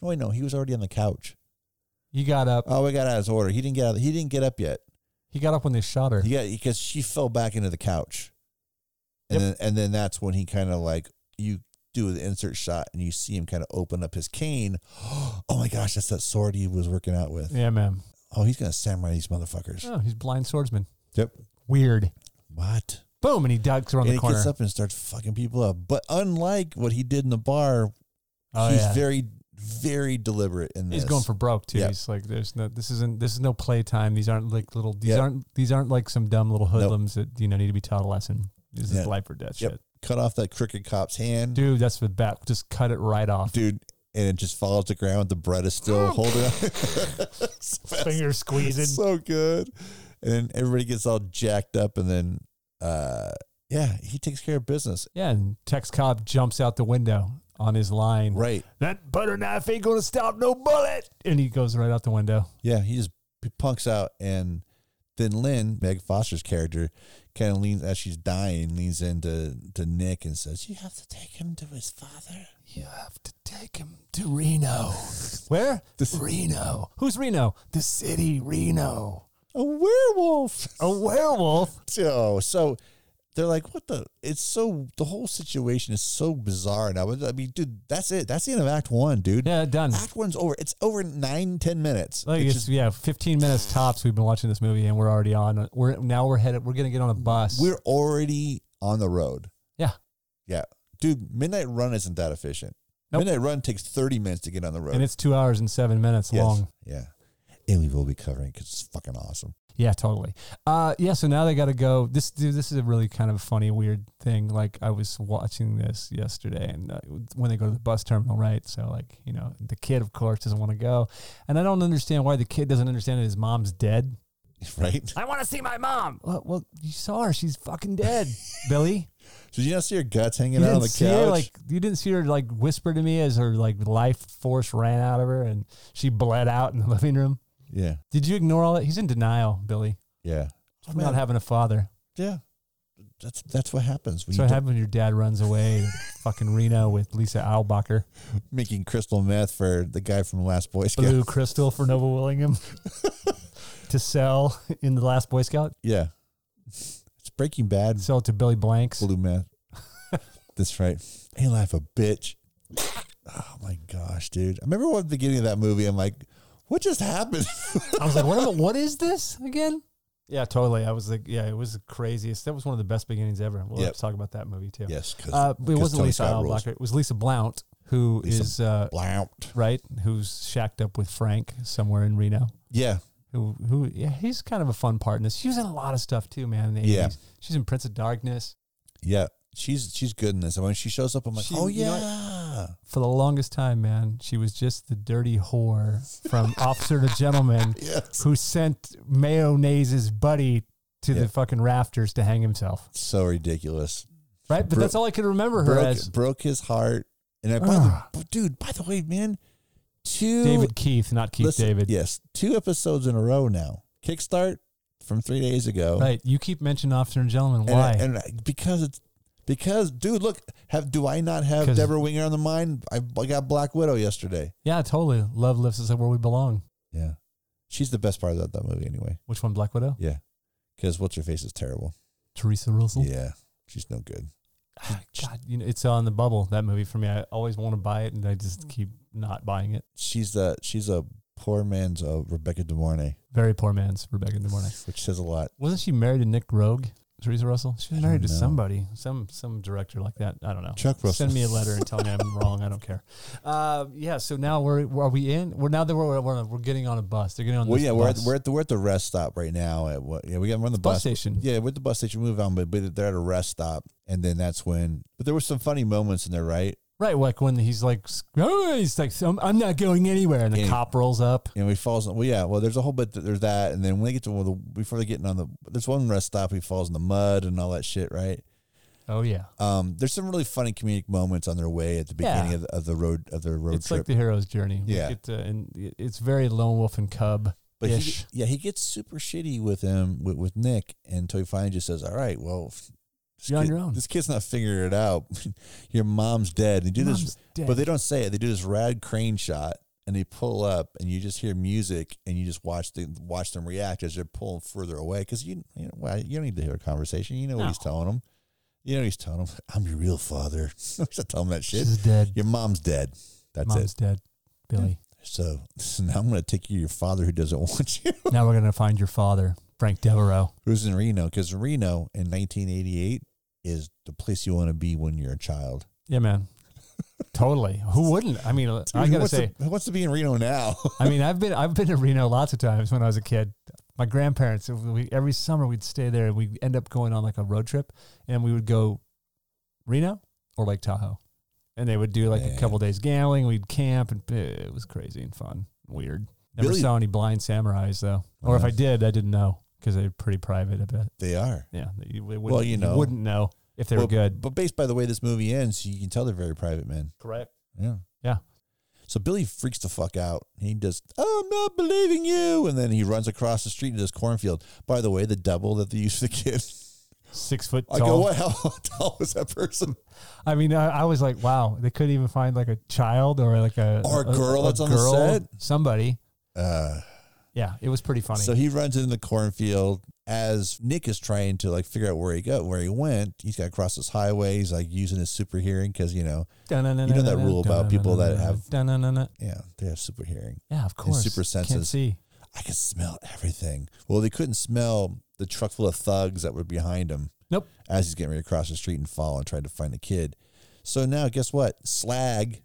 S1: No, wait, no, he was already on the couch.
S2: he got up.
S1: Oh, we got out of his order. He didn't get out. He didn't get up yet.
S2: He got up when they shot her.
S1: Yeah, because she fell back into the couch, and then and then that's when he kind of like you do the insert shot and you see him kind of open up his cane. Oh my gosh, that's that sword he was working out with.
S2: Yeah, man.
S1: Oh, he's gonna samurai these motherfuckers.
S2: Oh, he's blind swordsman.
S1: Yep.
S2: Weird.
S1: What?
S2: Boom, and he ducks around
S1: And
S2: the
S1: he
S2: corner.
S1: gets up and starts fucking people up. But unlike what he did in the bar,
S2: oh,
S1: he's
S2: yeah.
S1: very, very deliberate in this.
S2: He's going for broke too.
S1: Yep.
S2: He's like, there's no, this isn't, this is no playtime. These aren't like little, these
S1: Yep.
S2: aren't, these aren't like some dumb little hoodlums that you know need to be taught a lesson. This is
S1: Yeah.
S2: life or death
S1: Yep.
S2: shit,
S1: cut off that crooked cop's hand, dude.
S2: dude. That's the bat. Just cut it right off.
S1: and it just falls to ground. The bread is still holding on.
S2: Finger squeezing.
S1: so good. And then everybody gets all jacked up, and then uh, yeah, he takes care of business.
S2: yeah, and Tex Cobb jumps out the window on his line.
S1: Right.
S2: That butter knife ain't gonna stop no bullet. And he goes right out the window.
S1: Yeah, he just he punks out, and then Lynn, Meg Foster's character, kind of leans as she's dying, leans into to Nick and says, "You have to take him to his father."
S2: You have to take him to Reno. Where?
S1: This-
S2: Reno. Who's Reno? The city Reno.
S1: A werewolf.
S2: A werewolf.
S1: so
S2: Oh,
S1: so they're like, what the? It's so the whole situation is so bizarre now. I mean, dude, that's it. That's the end of Act One, dude.
S2: Yeah, done.
S1: Act One's over. It's over in nine, ten minutes.
S2: Like it's,
S1: It's just-
S2: yeah, 15 minutes tops. We've been watching this movie and we're already on. We're now we're headed. We're gonna get on a bus.
S1: we're already on the road.
S2: yeah,
S1: Yeah. dude, Midnight Run isn't that efficient.
S2: Nope.
S1: Midnight Run takes 30 minutes to get on the road.
S2: and it's two hours and seven minutes
S1: Yes.
S2: long.
S1: Yeah. And we will be covering because it's fucking awesome.
S2: Yeah, totally. Uh, yeah, so now they got to go. This dude, this is a really kind of funny, weird thing. Like I was watching this yesterday, and uh, when they go to the bus terminal, right? So like, you know, the kid, of course, doesn't want to go, and I don't understand why the kid doesn't understand that his mom's dead.
S1: Right?
S2: I want to see my mom. Well, well, you saw her; she's fucking dead, Billy.
S1: Did you not see her guts hanging
S2: You
S1: out on
S2: didn't
S1: the
S2: see
S1: couch?
S2: her like you didn't see her like whisper to me as her like life force ran out of her, and she bled out in the living room.
S1: yeah.
S2: Did you ignore all that? He's in denial, Billy.
S1: Yeah. Oh,
S2: I'm
S1: Man.
S2: not having a father.
S1: Yeah. That's that's what happens when you
S2: So what
S1: have
S2: happens when your dad runs away to fucking Reno with Lisa Albacher,
S1: making crystal meth for the guy from the last Boy Scout.
S2: blue crystal for Nova Willingham to sell in the last Boy Scout,
S1: Yeah. It's Breaking Bad,
S2: sell it to Billy Blanks.
S1: blue meth. that's right. Ain't life a bitch. Oh my gosh, dude. I remember at the beginning of that movie, I'm like, what just happened?
S2: I was like, what, am I- what is this again? Yeah, totally. I was like, yeah, it was the craziest. That was one of the best beginnings ever. We'll
S1: Yep.
S2: have to talk about that movie too.
S1: yes, because
S2: Uh, but it wasn't
S1: Tony
S2: Lisa
S1: Scott rules.
S2: Albacher. It was Lisa Blount, who is
S1: Lisa
S2: uh,
S1: Blount.
S2: right, who's shacked up with Frank somewhere in Reno.
S1: Yeah.
S2: who who yeah, he's kind of a fun part in this. She was in a lot of stuff too, man. In the 80s.
S1: Yeah.
S2: she's in Prince of Darkness
S1: Yeah. She's she's good in this. And when she shows up, I'm like,
S2: She-
S1: oh
S2: you know
S1: yeah.
S2: for the longest time, man. She was just the dirty whore from Officer to Gentleman
S1: Yes.
S2: who sent mayonnaise's buddy to
S1: Yeah.
S2: the fucking rafters to hang himself.
S1: So ridiculous.
S2: Right, but
S1: Bro-
S2: that's all I could remember her
S1: Broke,
S2: as.
S1: broke his heart. And I, by the,
S2: Ah.
S1: but dude, by the way, man, two
S2: David Keith, not Keith
S1: listen,
S2: David.
S1: Yes. Two episodes in a row now. Kickstart from three days ago.
S2: Right, you keep mentioning Officer and Gentleman.
S1: And, I-
S2: Why?
S1: and I- because it's because dude, look, have do I not have
S2: 'Cause-
S1: Deborah Winger on the mind? I, I got Black Widow yesterday.
S2: yeah, totally. Love lifts us up where we belong.
S1: Yeah. She's the best part of that, that movie anyway.
S2: Which one, Black Widow?
S1: Yeah. Because What's Your Face is terrible.
S2: Teresa Russell.
S1: Yeah. She's no good.
S2: Ah, God, you know, it's on the bubble. That movie for me, I always want to buy it, and I
S1: Mm.
S2: just keep not buying it.
S1: she's a she's a poor man's uh, Rebecca De Mornay,
S2: Very poor man's Rebecca De Mornay.
S1: which says a lot.
S2: Wasn't she married to Nick Rogue? Teresa Russell. She
S1: I
S2: was
S1: don't
S2: married to
S1: know.
S2: somebody, some some director like that. I don't know.
S1: Chuck Russell.
S2: Send me a letter and tell me I'm wrong. I don't care. Uh, yeah. So now we're are we in? We're now that we're we're, we're getting on a bus. They're getting on.
S1: Well,
S2: this
S1: yeah, we're at,
S2: bus.
S1: we're at the we're at the rest stop right now. At what? Yeah, we got we're on the
S2: bus
S1: bus.
S2: station.
S1: Yeah, we're at the bus station. Move on, but, but they're at a rest stop, and then that's when. But there were some funny moments in there, right?
S2: Right. Like when he's like, oh, he's like, I'm, I'm not going anywhere, and the
S1: Yeah.
S2: cop rolls up.
S1: And we falls. Well, yeah. Well, there's a whole bit. That, there's that, and then when they get to well, the, before they getting on the there's one rest stop. He falls in the mud and all that shit, right?
S2: Oh yeah.
S1: Um, there's some really funny comedic moments on their way at the
S2: Yeah.
S1: beginning of, the, of the road of their road
S2: it's
S1: trip.
S2: like the hero's journey. We
S1: Yeah.
S2: get to- and it's very lone wolf and cub.
S1: But he,
S2: ish.
S1: yeah, he gets super shitty with him with, with Nick until he finally just says, "All right, well, f- this,
S2: You're on
S1: kid-
S2: your own."
S1: this kid's not figuring it out. your mom's dead." They do this,
S2: Mom's dead.
S1: but they don't say it. They do this rad crane shot, and they pull up, and you just hear music, and you just watch the watch them react as they're pulling further away because you you know well, you don't need to hear a conversation. You know what
S2: No.
S1: he's telling them. You know what he's telling them. I'm your real father. he's not telling them that shit.
S2: She's dead.
S1: Your mom's dead. That's
S2: Mom's
S1: it.
S2: dead. Billy.
S1: So, so now I'm going to take you to your father who doesn't want you.
S2: now we're gonna find your father, Frank Devereaux.
S1: who's in Reno because Reno in 1988 is the place you want to be when you're a child.
S2: Yeah, man. totally. Who wouldn't? I mean, I
S1: Who
S2: gotta
S1: wants
S2: say,
S1: to, who wants to be in Reno now?
S2: I mean, I've been I've been to Reno lots of times when I was a kid. My grandparents, we, every summer we'd stay there, and we'd end up going on like a road trip, and we would go Reno or Lake Tahoe, and they would do like
S1: Man.
S2: a couple days gambling. We'd camp, and eh, it was crazy and fun, weird. Never
S1: Billy-
S2: saw any blind samurais though, or if
S1: Yeah.
S2: I did, I didn't know because they're pretty private. I bet.
S1: they are.
S2: Yeah, they- you, they
S1: Well,
S2: wouldn't-
S1: you know.
S2: wouldn't know if they were
S1: Well,
S2: good.
S1: But based by the way this movie ends, you can tell they're very private men.
S2: Correct.
S1: Yeah.
S2: Yeah.
S1: So Billy freaks the fuck out. He just, I'm not believing you. And then he runs across the street into this cornfield. By the way, the double that they used for the kid.
S2: Six foot
S1: I
S2: tall.
S1: go, what? How tall was that person?
S2: I mean, I, I was like, wow, they couldn't even find like a child or like a
S1: Or a girl that's on the set?
S2: Somebody.
S1: Uh,
S2: Yeah, it was pretty funny.
S1: So he runs into the cornfield as Nick is trying to like figure out where he go, where he went. He's got to cross this highway. He's like using his super hearing because you know,
S2: you
S1: know that rule about people that have-
S2: Yeah,
S1: yeah, they have super hearing.
S2: of course.
S1: super
S2: Can't
S1: senses.
S2: see.
S1: I can smell everything. Well, they couldn't smell the truck full of thugs that were behind him
S2: Nope.
S1: as he's getting ready to cross the street and fall and tried to find the kid. So now, guess what? Slag,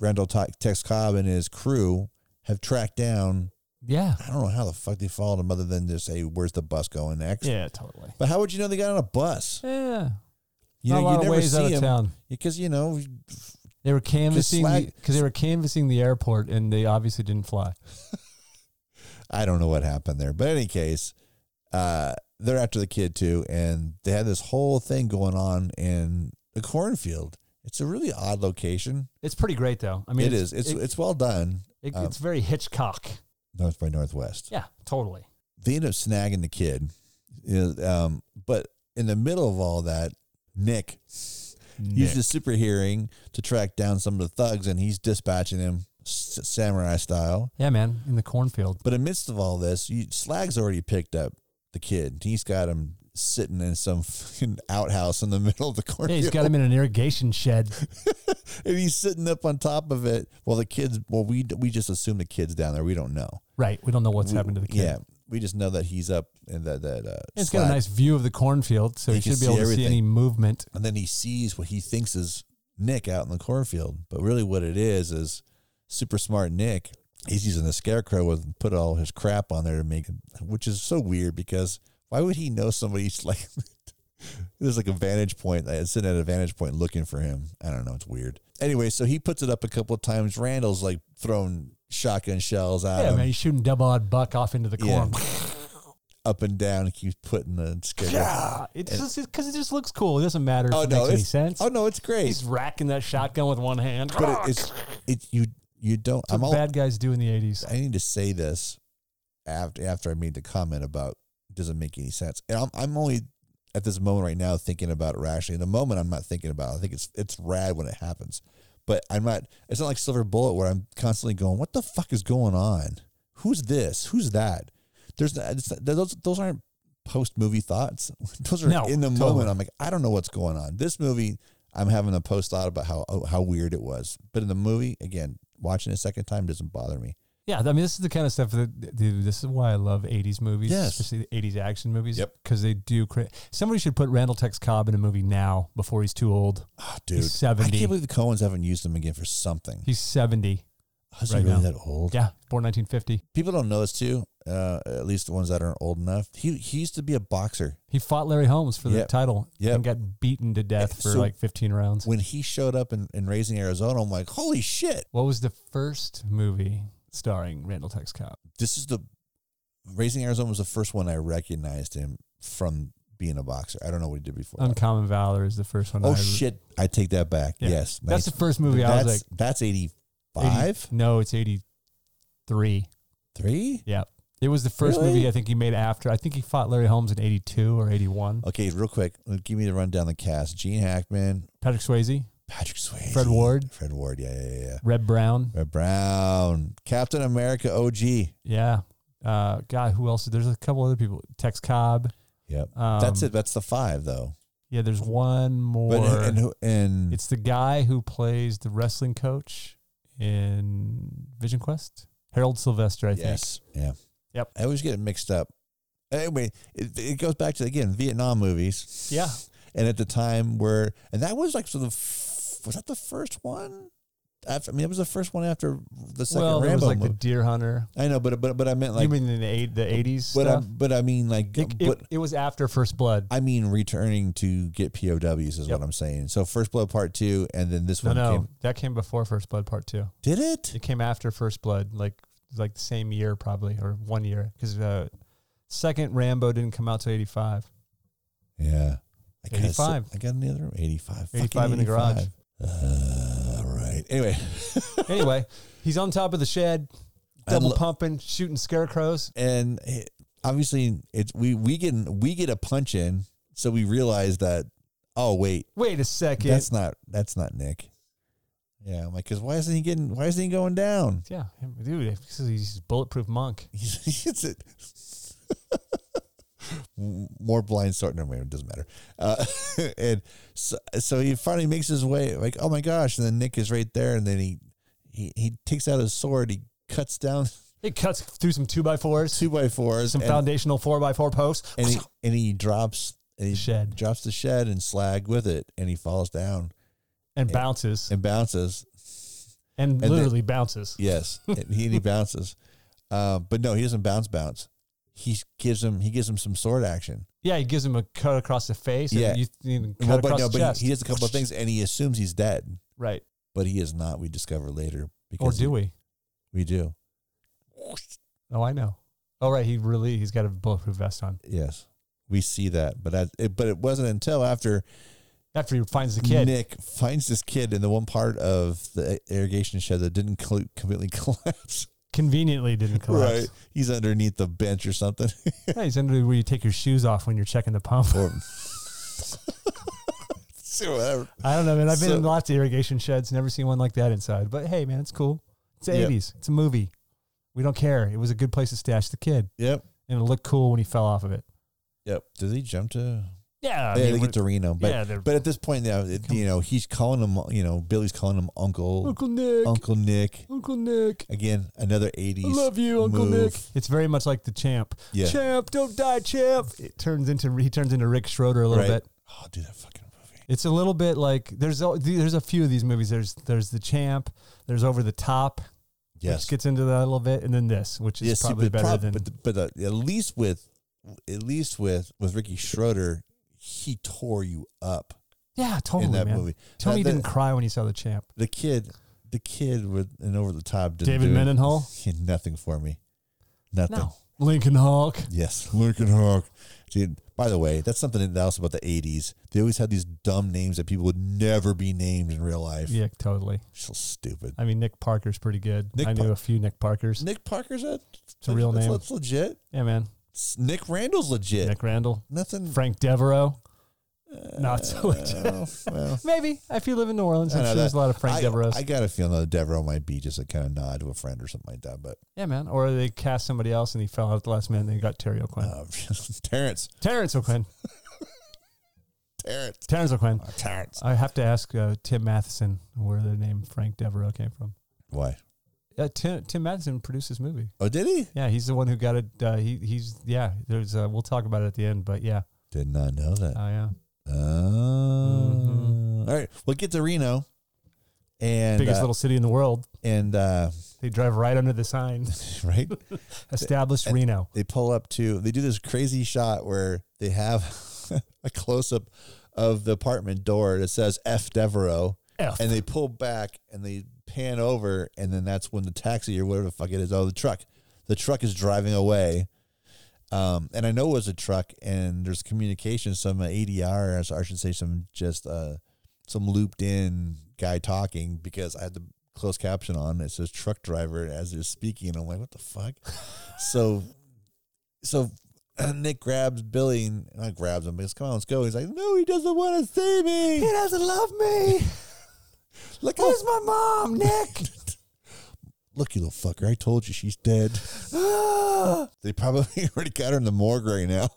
S1: Randall T- Tex Cobb and his crew have tracked down.
S2: Yeah.
S1: I don't know how the fuck they followed him other than to say, "Where's the bus going next?"
S2: Yeah, totally.
S1: But how would you know they got on a bus?
S2: Yeah.
S1: You
S2: Not
S1: know,
S2: a lot
S1: you
S2: of
S1: never
S2: ways out
S1: see
S2: of
S1: him
S2: town.
S1: because you know
S2: They were canvassing
S1: slack-
S2: because they were canvassing the airport and they obviously didn't fly.
S1: I don't know what happened there. But in any case, uh, they're after the kid too, and they had this whole thing going on in the cornfield. It's a really odd location.
S2: It's pretty great though. I mean,
S1: it is. It's
S2: it-
S1: it's well done.
S2: it-
S1: um,
S2: it's very Hitchcock.
S1: North by Northwest.
S2: Yeah, totally.
S1: They end up snagging the kid. You know, um, but in the middle of all that, Nick, uses his super hearing to track down some of the thugs, and he's dispatching them s- samurai style.
S2: Yeah, man, in the cornfield.
S1: But amidst of all this, you, Slag's already picked up the kid. He's got him sitting in some fucking outhouse in the middle of the
S2: Yeah,
S1: cornfield,
S2: he's got him in an irrigation shed.
S1: and he's sitting up on top of it. Well, the kids. Well, we we just assume the kid's down there. We don't know.
S2: Right. We don't know what's
S1: We-
S2: happened to the kid.
S1: Yeah, we just know that he's up and that that. Uh,
S2: It's got a
S1: Slag-
S2: nice view of the cornfield, so
S1: You
S2: you
S1: can
S2: should
S1: see
S2: be able to see
S1: everything.
S2: any movement.
S1: and then he sees what he thinks is Nick out in the cornfield, but really what it is is super smart Nick. He's using the scarecrow with put all his crap on there to make, which is so weird because why would he know somebody's like there's like a vantage point like, it's sitting at a vantage point looking for him. I don't know, it's weird. Anyway, so he puts it up a couple of times. Randall's like throwing shotgun shells out
S2: Yeah, man, he's shooting double-odd buck off into the
S1: Um, Yeah.
S2: corn.
S1: up and down. He keeps putting the scarecrow.
S2: Yeah, it's just because it just looks cool. It doesn't matter if
S1: Oh
S2: it
S1: no,
S2: makes any
S1: it's
S2: sense.
S1: oh no, it's great.
S2: He's racking that shotgun with one hand.
S1: but it, it's it you you don't.
S2: That's
S1: I'm
S2: what
S1: all
S2: bad guys do in the eighties.
S1: I need to say this after after I made the comment about it doesn't make any sense. And I'm I'm only at this moment right now thinking about it rationally. In the moment, I'm not thinking about. It. I think it's it's rad when it happens, but I'm not. It's not like Silver Bullet where I'm constantly going, "What the fuck is going on? Who's this? Who's that?" There's no- it's, those those aren't post movie thoughts. Those are
S2: No,
S1: in the
S2: totally.
S1: moment. I'm like, I don't know what's going on. This movie, I'm having a post thought about how oh, how weird it was, but in the movie, again, watching it a second time doesn't bother me.
S2: Yeah, I mean, this is the kind of stuff that, dude, this is why I love 80s movies,
S1: Yes.
S2: especially the 80s action movies.
S1: Yep.
S2: Because they do create. Somebody should put Randall Tex Cobb in a movie now before he's too old.
S1: Oh, dude,
S2: 70.
S1: I can't believe the Coens haven't used them again for something.
S2: He's 70.
S1: Is
S2: right
S1: he really
S2: now.
S1: that old?
S2: Yeah, born 1950.
S1: People don't know this too. Uh, at least the ones that aren't old enough. He he used to be a boxer.
S2: He fought Larry Holmes for the
S1: Yep.
S2: title
S1: Yep.
S2: and got beaten to death for
S1: So-
S2: like 15 rounds.
S1: When he showed up in, in Raising Arizona, I'm like, holy shit!
S2: What was the first movie starring Randall Tex Cobb?
S1: This is the Raising Arizona was the first one I recognized him from being a boxer. I don't know what he did before. that.
S2: Uncommon Valor is the first one.
S1: oh
S2: I-
S1: shit! I take that back.
S2: Yeah.
S1: Yes,
S2: That's the
S1: nice.
S2: first movie I was
S1: That's- that's eighty
S2: like. 80
S1: five,
S2: No, it's 83.
S1: three.
S2: Yeah. It was the first
S1: Really?
S2: movie I think he made after. I think he fought Larry Holmes in 82 or 81.
S1: Okay, real quick, give me the rundown. Of the cast: Gene Hackman,
S2: Patrick Swayze,
S1: Patrick Swayze,
S2: Fred Ward.
S1: Fred Ward. Yeah, yeah, yeah, yeah.
S2: Red Brown.
S1: Red Brown, Captain America, OG.
S2: Yeah. Uh, God, who else? There's a couple other people. Tex Cobb.
S1: Yep,
S2: Um,
S1: that's it. That's the five though.
S2: Yeah, there's one more.
S1: But and who- and
S2: it's the guy who plays the wrestling coach in Vision Quest. Harold Sylvester, I think.
S1: yes, yeah,
S2: Yep.
S1: I always get it mixed up. Anyway, it, it goes back to again Vietnam movies.
S2: Yeah.
S1: and at the time where and that was like so the f- was that the first one? After, I mean, it was the first one after the second
S2: well, there was
S1: Rambo
S2: like the
S1: movie.
S2: Deer Hunter.
S1: I know, but but but I meant
S2: you
S1: like,
S2: mean in the eight, the 80s
S1: but I
S2: stuff?
S1: but I mean like,
S2: It, it-
S1: but
S2: it was after First Blood.
S1: I mean returning to get POWs is
S2: Yep.
S1: what I'm saying. So First Blood Part Two, and then this
S2: No,
S1: one
S2: no,
S1: came.
S2: that came before First Blood Part Two.
S1: Did it?
S2: It came after First Blood, like like the same year probably or one year because uh, second Rambo didn't come out till eighty five.
S1: Yeah. I got
S2: 85.
S1: I got in the other room. 85.
S2: 85 in the garage.
S1: Uh, all right. Anyway,
S2: anyway, he's on top of the shed,
S1: I
S2: double
S1: lo-
S2: pumping, shooting scarecrows.
S1: and it, obviously it's we we get we get a punch in, so we realize that oh wait,
S2: Wait a second.
S1: that's not that's not Nick. Yeah, I'm like, cause why isn't he getting? Why isn't he going down?
S2: yeah, him- dude, it's 'cause he's a bulletproof monk.
S1: He's, he's it. More blind start. No, wait, it doesn't matter. Uh, and so, so he finally makes his way. Like, oh my gosh! And then Nick is right there, and then he he he takes out his sword. He cuts down
S2: It cuts through some two by fours,
S1: two by fours,
S2: some
S1: and,
S2: foundational four by four posts.
S1: and he and he drops and he
S2: Shed.
S1: drops the shed and slag with it, and he falls down.
S2: and bounces
S1: and bounces.
S2: and,
S1: then-
S2: literally bounces.
S1: Yes, and he, and he bounces, uh, but no, he doesn't bounce bounce. He gives him he gives him some sword action.
S2: Yeah, he gives him a cut across the face.
S1: Yeah.
S2: and you, you know, cut
S1: Well, but
S2: across
S1: no,
S2: the
S1: but
S2: chest.
S1: he, he does a couple of things, and he assumes he's dead,
S2: right?
S1: but he is not. We discover later
S2: Or
S1: because
S2: do we?
S1: we do.
S2: Oh, I know. Oh, right. He really he's got a bulletproof vest on
S1: Yes, we see that, but I, it, but it wasn't until after
S2: after he finds the kid.
S1: Nick finds this kid in the one part of the irrigation shed that didn't cl- completely collapse.
S2: Conveniently didn't collapse.
S1: he's underneath the bench or something.
S2: Yeah, he's under where you take your shoes off when you're checking the pump.
S1: or so whatever.
S2: I don't know, man. I've been
S1: So-
S2: in lots of irrigation sheds, never seen one like that inside. But hey, man, it's cool. It's the
S1: Yeah.
S2: 80s. It's a movie. We don't care. It was a good place to stash the kid,
S1: Yep,
S2: and it looked cool when he fell off of it.
S1: yep. Does he jump to?
S2: Yeah, I
S1: yeah,
S2: mean,
S1: they
S2: we're-
S1: get to Reno, but
S2: yeah, they're
S1: but at this point, now it- you know he's calling him. You know, Billy's calling him Uncle
S2: Uncle Nick,
S1: Uncle Nick.
S2: Uncle Nick.
S1: Again, another eighties.
S2: I love you, Uncle
S1: move.
S2: Nick. It's very much like the champ.
S1: Yeah.
S2: Champ, don't die, champ. It turns into he turns into Rick Schroeder a little
S1: Right.
S2: bit.
S1: Oh, dude, that fucking movie.
S2: It's a little bit like there's a, there's a few of these movies. There's there's the champ. There's over the top.
S1: Yes,
S2: which gets into that a little bit, and then this, which is
S1: yes, see,
S2: probably
S1: but
S2: better
S1: prob-
S2: than
S1: But, the, but the, at least with at least with with Ricky Schroeder, he tore you up
S2: yeah, totally,
S1: in that
S2: man.
S1: movie.
S2: Tell
S1: Now,
S2: me you
S1: the,
S2: didn't cry when you saw the champ.
S1: the kid, the kid with an over the top. didn't
S2: David
S1: do it.
S2: Mendenhall?
S1: He had nothing for me. Nothing.
S2: No, Lincoln Hawk.
S1: Yes, Lincoln Hawk. Dude, by the way, that's something else about the '80s. They always had these dumb names that people would never be named in real life.
S2: Yeah, totally.
S1: so stupid.
S2: I mean, Nick Parker's pretty good.
S1: Nick
S2: I knew
S1: Par-
S2: a few Nick Parkers.
S1: Nick Parker's a,
S2: a real
S1: that's,
S2: name.
S1: That's legit.
S2: yeah, man.
S1: S- Nick Randall's legit.
S2: Nick Randall,
S1: Nothing.
S2: Frank Devereaux. Not so legit.
S1: Oh, well,
S2: Maybe if you live in New Orleans,
S1: I
S2: I'm
S1: know
S2: sure
S1: that-
S2: there's a lot of Frank
S1: I-
S2: Devereaux.
S1: I got a feeling that Devereaux might be just a kind of nod to a friend or something like that. But
S2: yeah, man. Or they cast somebody else and he fell out at the last minute. and They got Terry O'Quinn.
S1: uh, Terrence,
S2: Terrence O'Quinn.
S1: Terrence,
S2: Terrence O'Quinn.
S1: Oh, Terrence.
S2: I have to ask uh, Tim Matheson where the name Frank Devereaux came from.
S1: Why?
S2: Uh, Tim, Tim Madison produced this movie.
S1: Oh, did he?
S2: Yeah, he's the one who got it. Uh, he he's yeah. There's uh, we'll talk about it at the end, but yeah,
S1: Did not know that.
S2: oh yeah.
S1: Oh. All right. Well, get to Reno, and
S2: mm-hmm. Biggest
S1: uh,
S2: little city in the world.
S1: and uh,
S2: They drive right under the sign.
S1: right,
S2: Established Reno.
S1: they pull up to. They do this crazy shot where they have a close up of the apartment door that says F Devereaux,
S2: F.
S1: and they pull back and they pan over, and then that's when the taxi or whatever the fuck it is. Oh, the truck. The truck is driving away. Um, and I know it was a truck, and there's communication, some ADR, or I should say, some just uh, some looped in guy talking because I had the closed caption on. It says truck driver as it's speaking, and I'm like, what the fuck? so, so uh, Nick grabs Billy, and not grabs him, but he's come on, let's go. He's like, no, he doesn't want to see me. He doesn't love me. Look, where's my mom, Nick? Look, you little fucker! I told you she's dead. they probably already got her in the morgue right now.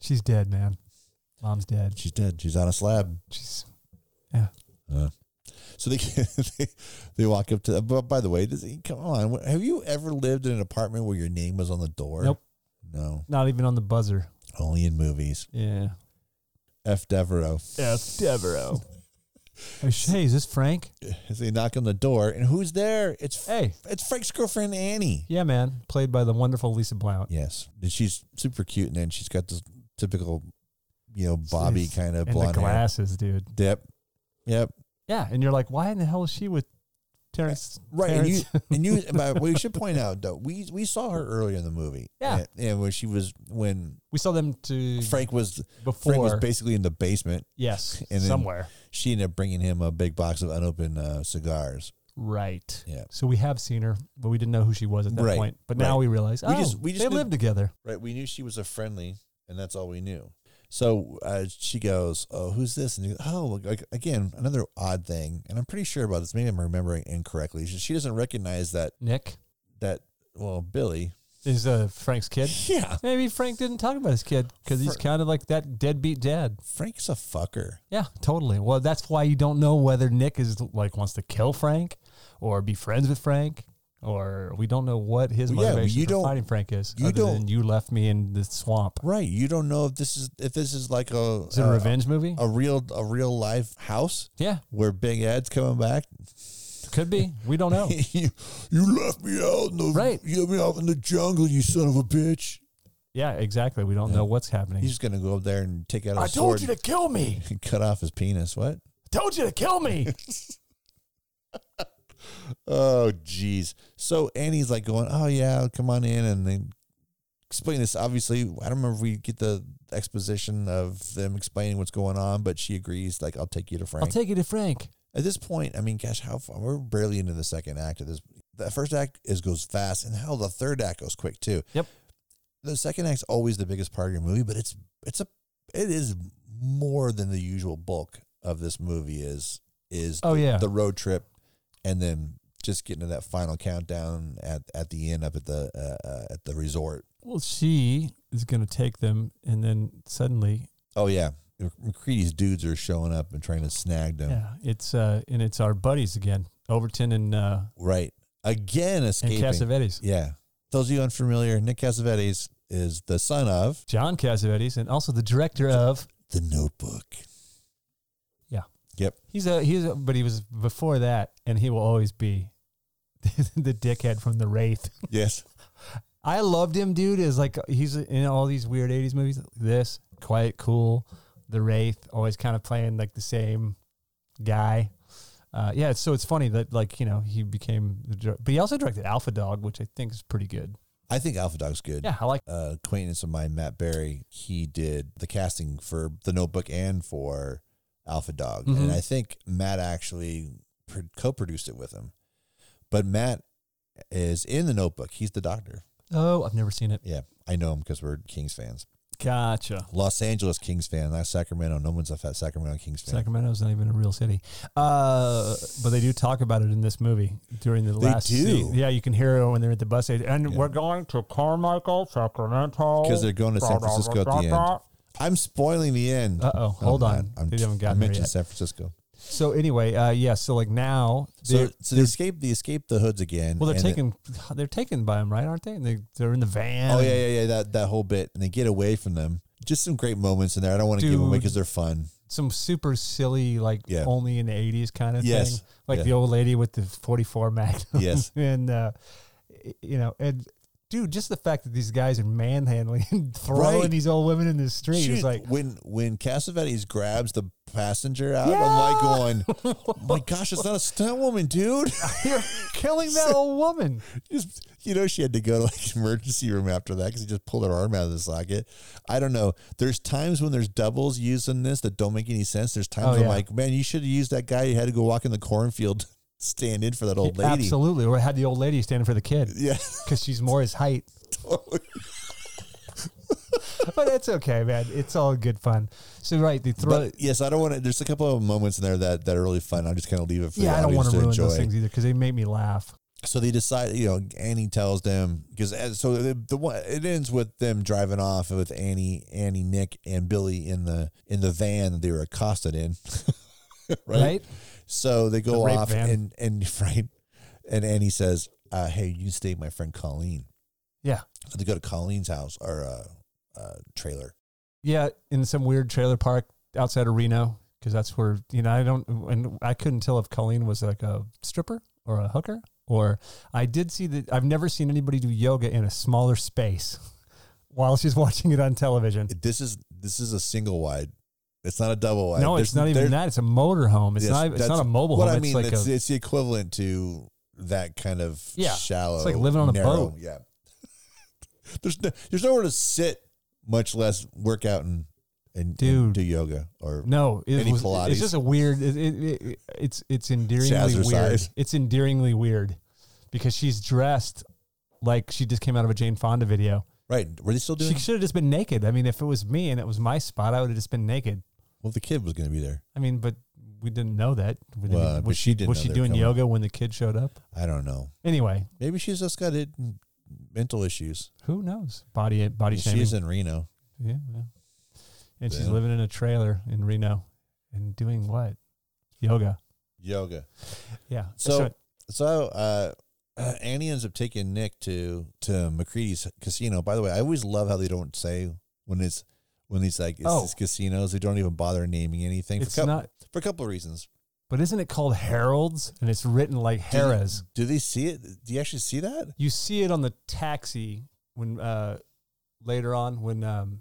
S2: She's dead, man. Mom's dead.
S1: She's dead. She's on a slab.
S2: She's
S1: So they they, they walk up to. But by the way, does he, come on. what- Have you ever lived in an apartment where your name was on the door?
S2: Nope.
S1: No,
S2: not even on the buzzer.
S1: only in movies.
S2: Yeah.
S1: F. Devereaux.
S2: F. Devereaux. hey, is this Frank?
S1: As they knock on the door, and who's there? It's
S2: Hey,
S1: it's Frank's girlfriend Annie.
S2: yeah, man. Played by the wonderful Lisa Blount.
S1: Yes, and she's super cute, and then she's got this typical, you know, Bobby
S2: It's-
S1: kind of
S2: and the
S1: blonde hair.
S2: glasses, dude.
S1: Yep, yep.
S2: Yeah, and you're like, why in the hell is she with
S1: Uh,
S2: Terrence?
S1: Right, and you
S2: Terrence?
S1: and you. But we should point out though, we we saw her earlier in the movie.
S2: Yeah.
S1: and, and when she was when
S2: we saw them to
S1: Frank was
S2: before.
S1: Frank was basically in the basement.
S2: yes,
S1: and then-
S2: somewhere.
S1: She ended up bringing him a big box of unopened uh, cigars.
S2: Right.
S1: Yeah.
S2: So we have seen her, but we didn't know who she was at that
S1: Right,
S2: point. But now
S1: right.
S2: we realize, oh,
S1: We just- we just
S2: they
S1: knew-
S2: live together.
S1: Right, we knew she was a friendly, and that's all we knew. So uh, she goes, "Oh, who's this?" And he goes, "Oh, like, again, another odd thing." And I'm pretty sure about this. Maybe I'm remembering incorrectly. She, she doesn't recognize that
S2: Nick
S1: that well, Billy.
S2: is uh, Frank's kid.
S1: Yeah,
S2: Maybe Frank didn't talk about his kid because he's
S1: Fra-
S2: kind of like that deadbeat dad.
S1: Frank's a fucker.
S2: Yeah, totally. Well, that's why you don't know whether Nick is like wants to kill Frank or be friends with Frank or we don't know what his
S1: Well, yeah,
S2: motivation
S1: you
S2: for
S1: don't-
S2: fighting Frank is.
S1: you
S2: other
S1: don't-
S2: than you left me in the swamp.
S1: Right. You don't know if this is if this is like a
S2: Is it a
S1: uh,
S2: revenge movie?
S1: a real a real life house
S2: yeah,
S1: where Big Ed's coming back.
S2: could be. We don't know.
S1: you, you left me out in the
S2: Right.
S1: You left me out in the jungle, you son of a bitch.
S2: yeah, exactly. We don't know what's happening.
S1: He's just gonna go up there and take out a sword
S2: to kill me.
S1: and cut off his penis. What?
S2: Told you to kill me.
S1: Oh, jeez. So Annie's like going, "Oh yeah, come on in," and then explain this. Obviously, I don't remember if we get the exposition of them explaining what's going on, but she agrees. Like, I'll take you to Frank.
S2: I'll take you to Frank.
S1: at this point, I mean, gosh, how far? We're barely into the second act of this. The first act is goes fast, and hell, the third act goes quick too.
S2: Yep.
S1: The second act's always the biggest part of your movie, but it's it's a it is more than the usual bulk of this movie is is
S2: Oh,
S1: the,
S2: yeah.
S1: the road trip, and then just getting to that final countdown at at the end up at the uh, uh, at the resort.
S2: Well, she is going to take them, and then suddenly,
S1: Oh yeah, McCready's dudes are showing up and trying to snag them.
S2: yeah, it's uh, and it's our buddies again, Overton and uh,
S1: Right again,
S2: and
S1: escaping.
S2: Cassavetes,
S1: Yeah. Those of you unfamiliar, Nick Cassavetes is the son of
S2: John Cassavetes, and also the director of.
S1: The Notebook.
S2: He's a he's a, but he was before that, and he will always be the dickhead from the Wraith.
S1: Yes.
S2: I loved him, dude. Is like he's in all these weird '80s movies. This Quiet Cool, The Wraith, always kind of playing like the same guy. Uh, yeah, so it's funny that like you know he became the dir- but he also directed Alpha Dog, which I think is pretty good.
S1: I think Alpha Dog's good.
S2: Yeah, I like.
S1: Uh, acquaintance of mine, Matt Berry, he did the casting for The Notebook and for Alpha Dog.
S2: Mhm.
S1: And I think Matt actually pro- co produced it with him. But Matt is in The Notebook. He's the doctor.
S2: Oh, I've never seen it.
S1: Yeah. I know him because we're Kings fans.
S2: Gotcha.
S1: Los Angeles Kings fan, not Sacramento. No one's a fat Sacramento Kings fan.
S2: Sacramento's not even a real city, uh, but they do talk about it in this movie during the
S1: They
S2: last.
S1: do.
S2: scene. Yeah, you can hear it when they're at the bus station. And
S1: Yeah.
S2: we're going to Carmichael, Sacramento.
S1: Because they're going to San Francisco at the end. I'm spoiling the end.
S2: Uh oh, hold on.
S1: man, I'm,
S2: they haven't
S1: I
S2: gotten there
S1: mentioned
S2: yet.
S1: San Francisco.
S2: So anyway, uh, yeah. So like now,
S1: So,
S2: they're,
S1: so they escape. They escape the hoods again.
S2: well, they're
S1: and it-
S2: taken. They're taken by them, right? Aren't they? And they they're in the van.
S1: oh yeah, yeah, yeah. That that whole bit, and they get away from them. Just some great moments in there. I don't want to give them away
S2: Dude.
S1: because they're fun.
S2: Some super silly, like
S1: Yeah.
S2: only in the eighties kind of
S1: Yes.
S2: thing. Like
S1: Yeah.
S2: the old lady with the forty four Magnum.
S1: Yes.
S2: and uh, you know, and dude, just the fact that these guys are manhandling and throwing
S1: Right.
S2: these old women in the street
S1: Shoot,
S2: is like,
S1: when when Cassavetes grabs the passenger out,
S2: Yeah.
S1: I'm like going, my gosh, it's not a stunt woman, dude.
S2: you're killing that old woman.
S1: just you know she had to go to like emergency room after that because he just pulled her arm out of the socket. I don't know. There's times when there's doubles used in this that don't make any sense. There's times
S2: Oh,
S1: I'm
S2: yeah.
S1: like, man, you should have used that guy. You had to go walk in the cornfield, stand in for that old lady.
S2: Absolutely, or had the old lady standing for the kid
S1: Yeah, Oh,
S2: because she's more his height. but it's okay, man. It's all good fun. So right, they throw.
S1: but yes, I don't want to. There's a couple of moments in there that, that are really fun. I'm just kind of leave it for
S2: yeah,
S1: the
S2: I don't
S1: audience
S2: want to ruin
S1: enjoy.
S2: those things either because they make me laugh.
S1: so they decide, you know, Annie tells them because as, so the, the one it ends with them driving off with Annie, Annie, Nick, and Billy in the in the van that they were accosted in,
S2: Right?
S1: So they go
S2: The rape
S1: off
S2: van.
S1: and and right, and Annie says, uh, "Hey, you can stay with my friend Colleen."
S2: Yeah,
S1: So they go to Colleen's house or uh, uh, trailer.
S2: yeah. In some weird trailer park outside of Reno because that's where you know I don't and I couldn't tell if Colleen was like a stripper or a hooker or I did see that I've never seen anybody do yoga in a smaller space while she's watching it on television.
S1: This is this is a single wide. It's not a double wide.
S2: no, it's not even that. It's a motor home. It's
S1: yes,
S2: not. It's
S1: that's
S2: not a mobile
S1: What
S2: home.
S1: I mean,
S2: it's like
S1: it's,
S2: a,
S1: it's the equivalent to that kind of
S2: Yeah, it's
S1: shallow.
S2: like living on a
S1: narrow-
S2: boat.
S1: Yeah. there's no, there's nowhere to sit, much less work out and and,
S2: Dude.
S1: and do yoga or
S2: No, it
S1: Any
S2: was,
S1: Pilates.
S2: it's just a weird. It, it, it, it's it's endearingly weird.
S1: Jazzercise.
S2: It's endearingly weird because she's dressed like she just came out of a Jane Fonda video.
S1: right. Were they still doing?
S2: She should have just been naked. I mean, if it was me and it was my spot, I would have just been naked.
S1: well, the kid was going to be there.
S2: I mean, but we didn't know that. We didn't-
S1: Well,
S2: was
S1: but she didn't
S2: Was
S1: know
S2: she
S1: they were
S2: doing
S1: coming.
S2: yoga when the kid showed up?
S1: I don't know.
S2: Anyway,
S1: Maybe she's just got it, mental issues.
S2: who knows? Body body shaming.
S1: She's in Reno.
S2: yeah, yeah. And she's
S1: Yeah.
S2: living in a trailer in Reno and doing what? Yoga.
S1: Yoga.
S2: Yeah.
S1: So- So uh, uh, Annie ends up taking Nick to to McCready's casino. By the way, I always love how they don't say when it's when these like it's
S2: Oh.
S1: these casinos. They don't even bother naming anything.
S2: It's
S1: for, a couple,
S2: not-
S1: for a couple of reasons.
S2: But isn't it called Harold's? And it's written like
S1: Do you-
S2: Harrah's.
S1: Do they see it? Do you actually see that?
S2: You see it on the taxi when uh, later on when um,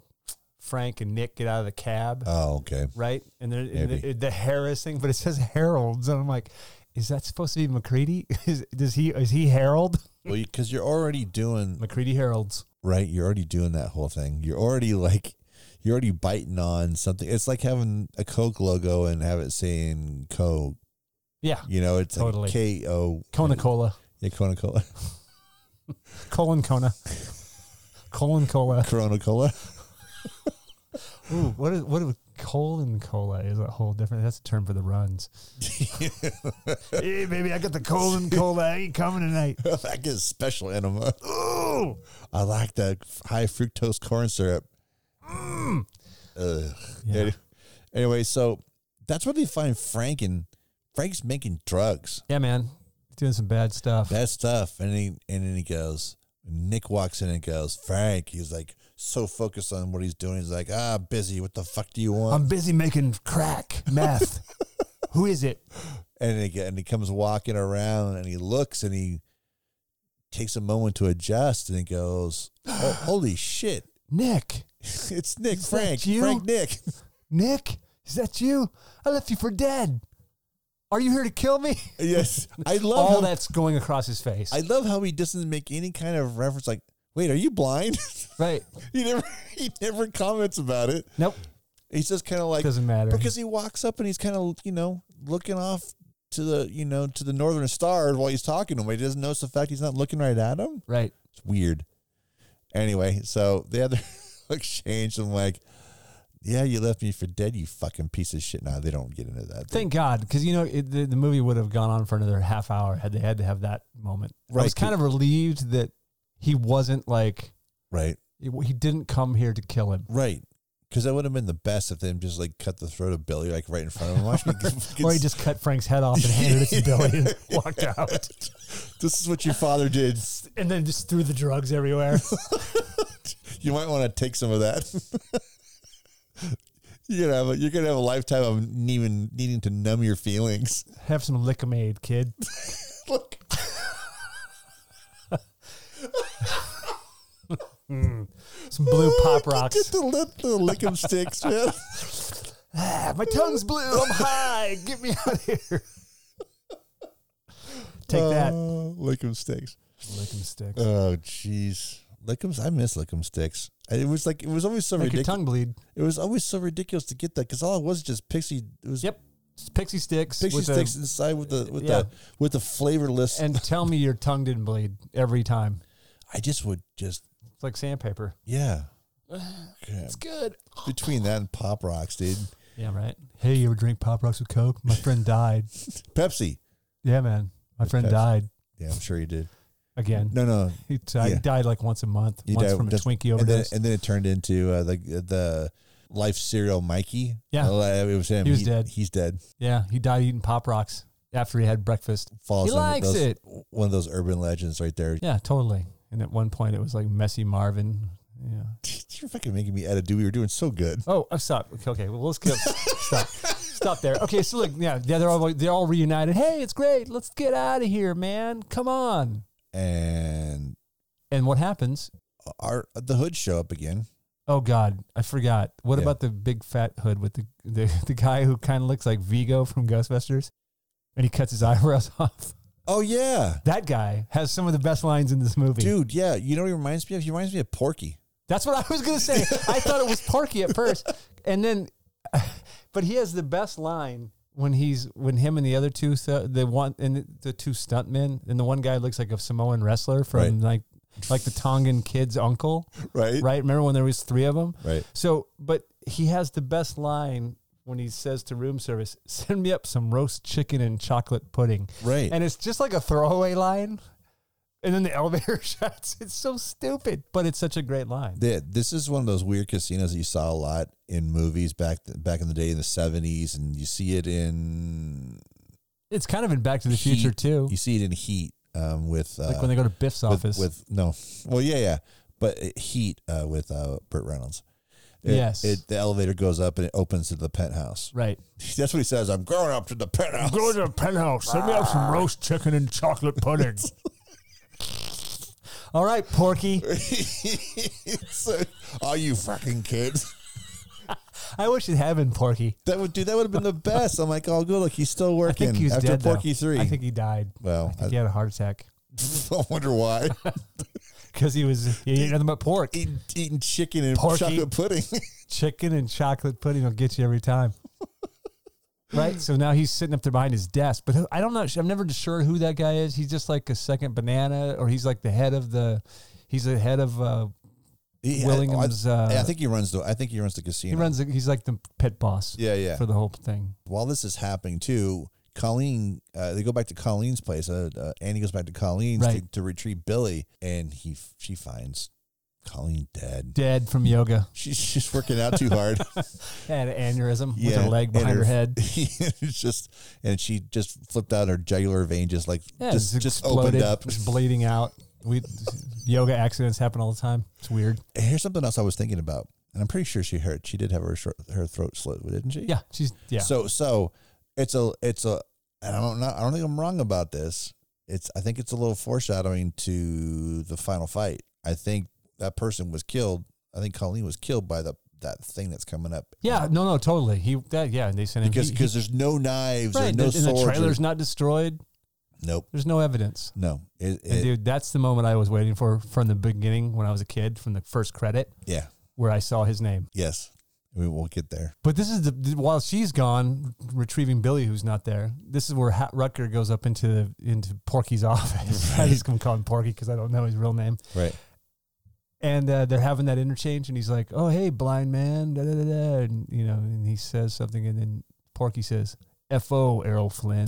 S2: Frank and Nick get out of the cab,
S1: Oh, okay.
S2: right? And, they're, and
S1: Maybe.
S2: the, the Harris thing, but it says Harold's, and I'm like, is that supposed to be McCready? Is does he is he Harold
S1: Well, because you're already doing
S2: McCready Harold's?
S1: right. You're already doing that whole thing. You're already like you're already biting on something. It's like having a Coke logo and have it saying Coke.
S2: Yeah,
S1: You know, it's
S2: Totally.
S1: like K O
S2: Kona Cola,
S1: yeah, Corona Cola,
S2: colon Kona, colon Cola.
S1: Corona Cola. Mm.
S2: Ooh, what is what is colon Cola? Is a whole different. That's a term for the runs. hey, baby, I got the colon Cola. I ain't coming tonight.
S1: I get special enema.
S2: Ooh.
S1: I like that high fructose corn syrup. Ugh.
S2: Yeah.
S1: Any- Anyway, so that's where they find Frank and Frank's making drugs.
S2: Yeah, man. Doing some bad stuff.
S1: That stuff. And he and then he goes, Nick walks in and goes, Frank, he's like so focused on what he's doing. He's like, ah, busy. What the fuck do you want?
S2: I'm busy making crack, meth. Who is it?
S1: and he, and he comes walking around and he looks and he takes a moment to adjust and he goes, oh, holy shit.
S2: Nick.
S1: It's Nick
S2: Is that
S1: Frank.
S2: you?
S1: Frank Nick.
S2: Nick, is that you? I left you for dead. Are you here to kill me?
S1: yes. I love
S2: All
S1: how,
S2: that's going across his face.
S1: I love how he doesn't make any kind of reference like, wait, are you blind?
S2: right.
S1: he never he never comments about it.
S2: Nope.
S1: He's just kind of like
S2: Doesn't matter.
S1: because he walks up and he's kind of you know looking off to the you know to the northern star while he's talking to him. He doesn't notice the fact he's not looking right at him.
S2: right.
S1: It's weird. Anyway, so they had their exchange. I'm like, yeah, you left me for dead, you fucking piece of shit. Now they don't get into that. They-
S2: Thank God, because you know it, the, the movie would have gone on for another half hour had they had to have that moment. I was
S1: Right.
S2: kind of relieved that he wasn't like
S1: right,
S2: he he didn't come here to kill him,
S1: right. Because that would have been the best if they just like cut the throat of Billy like right in front of him. Watch me. get-
S2: or he just cut Frank's head off and handed it to Billy and walked out,
S1: this is what your father did.
S2: and then just threw the drugs everywhere.
S1: You might want to take some of that. you're gonna have a, you're gonna have a lifetime of even needing to numb your feelings.
S2: have some Lickamade, kid.
S1: Look,
S2: Hmm. Some blue pop rocks.
S1: get the, lip, the lickum sticks, man.
S2: Ah, my tongue's blue. I'm high. Get me out of here. Take that.
S1: Uh, lickum sticks.
S2: Lickum sticks.
S1: Oh, jeez. Lickums, I miss lickum sticks. It was like it was always so
S2: Make your
S1: ridiculous.
S2: tongue bleed.
S1: It was always so ridiculous to get that because all it was just pixie. It was
S2: Yep. It's pixie sticks.
S1: pixie
S2: with a-
S1: sticks inside with the with
S2: Yeah.
S1: the with the flavorless.
S2: and tell me your tongue didn't bleed every time.
S1: I just would just
S2: It's like sandpaper.
S1: yeah. Yeah.
S2: It's good.
S1: Between that and Pop Rocks, dude.
S2: Yeah, right. Hey, you ever drink Pop Rocks with Coke? My friend died.
S1: Pepsi.
S2: Yeah, man. My friend
S1: Pepsi.
S2: died
S1: Yeah, I'm sure he did.
S2: again.
S1: No, no.
S2: He died, he
S1: Yeah.
S2: died like once a month.
S1: He
S2: once
S1: died
S2: from a
S1: just-
S2: Twinkie
S1: And then,
S2: overdose.
S1: and then it turned into uh, the the life serial Mikey.
S2: Yeah.
S1: Uh, it was him.
S2: He was dead.
S1: He's dead.
S2: yeah, he died eating Pop Rocks after he had breakfast.
S1: Falls
S2: He
S1: under
S2: likes
S1: those-
S2: it.
S1: One of those urban legends right there.
S2: Yeah, totally. And at one point, it was like Messy Marvin. Yeah.
S1: You're fucking making me edit. Dude, we were doing so good.
S2: Oh, oh, stop. Okay, okay. Well, let's get stop. Stop there. Okay, so look, yeah, yeah, they're all they're all reunited. Hey, it's great. Let's get out of here, man. Come on.
S1: And
S2: And what happens?
S1: our the hoods show up again.
S2: Oh God, I forgot. What
S1: Yeah.
S2: about the big fat hood with the the, the guy who kind of looks like Vigo from Ghostbusters, and he cuts his eyebrows off?
S1: Oh yeah,
S2: That guy has some of the best lines in this movie.
S1: dude. Yeah, you know what he reminds me of? He reminds me of Porky.
S2: That's what I was gonna say. I thought it was Porky at first, and then, but he has the best line when he's when him and the other two stu- the one and the two stuntmen and the one guy looks like a Samoan wrestler from like like the Tongan kid's uncle,
S1: Right.
S2: right? Remember when there was three of them?
S1: Right.
S2: So, but he has the best line when he says to room service, "Send me up some roast chicken and chocolate pudding,"
S1: Right.
S2: and it's just like a throwaway line. And then the elevator shuts. It's so stupid, but it's such a great line.
S1: Th- this is one of those weird casinos that you saw a lot in movies back back in the day in the seventies, and you see it in
S2: It's kind of in Back to the
S1: Heat.
S2: Future too.
S1: You see it in Heat. Uh, um, with uh,
S2: Like when they go to Biff's
S1: with,
S2: office.
S1: with no, well, yeah, yeah, but it- Heat uh, with uh, Burt Reynolds. It-
S2: Yes.
S1: it, the elevator goes up and it opens to the penthouse.
S2: right.
S1: That's what he says. I'm growing up to the penthouse.
S2: to the penthouse. Send me out some roast chicken and chocolate pudding. All right, Porky.
S1: So, are you fucking kids?
S2: I wish it had been Porky.
S1: That would do. That would have been the best. I'm like, oh, good. Look, he's still
S2: I
S1: working
S2: think he's
S1: after
S2: dead. though.
S1: Porky Three. Uh,
S2: I think he died.
S1: well,
S2: I think he had a heart attack
S1: I, I wonder why.
S2: because he was he ate nothing but pork.
S1: eating, eating chicken and
S2: Porky.
S1: chocolate pudding.
S2: Chicken and chocolate pudding will get you every time. Right, so now he's sitting up there behind his desk, but I don't know. I'm never sure who that guy is. He's just like a second banana, or he's like the head of the, he's the head of uh,
S1: He-
S2: Willingham's.
S1: oh, I,
S2: Uh,
S1: I think he runs the. I think he runs the
S2: he
S1: casino.
S2: runs. The, he's like the pit boss
S1: yeah, yeah.
S2: for the whole thing.
S1: While this is happening too, Colleen. Uh, they go back to Colleen's place. Uh, uh, Annie goes back to Colleen's to,
S2: Right.
S1: to retrieve Billy, and he she finds Colleen dead.
S2: Dead from yoga.
S1: She's just working out too hard.
S2: Had an aneurysm with her leg
S1: and
S2: behind her, head.
S1: it's just, and she just flipped out her jugular vein, just like
S2: Yeah,
S1: just,
S2: it
S1: just
S2: exploded,
S1: opened up.
S2: it was bleeding out. We yoga accidents happen all the time. It's weird.
S1: Here's something else I was thinking about, and I'm pretty sure she hurt. She did have her short, her throat slit, didn't she?
S2: Yeah, she's yeah.
S1: So so it's a it's a and I don't know I don't think I'm wrong about this. It's I think it's a little foreshadowing to the final fight. I think that person was killed. I think Colleen was killed by the that thing that's coming up.
S2: yeah, no, no, totally. He that yeah, and they sent him
S1: Because
S2: he-
S1: because there's no knives,
S2: he- right,
S1: there's no
S2: and the
S1: swords.
S2: trailer's
S1: or-
S2: not destroyed.
S1: nope.
S2: There's no evidence.
S1: No. It,
S2: And
S1: it-
S2: dude, that's the moment I was waiting for from the beginning when I was a kid, from the first credit
S1: yeah.
S2: where I saw his name.
S1: Yes. We will get there.
S2: But this is the while she's gone retrieving Billy, who's not there. This is where Hat Rutger goes up into into Porky's office. I just gonna call him Porky because I don't know his real name.
S1: Right.
S2: And uh, they're having that interchange, and he's like, "Oh, hey, blind man," da, da, da, da. and you know, and he says something, and then Porky says, "F.O. Errol Flynn."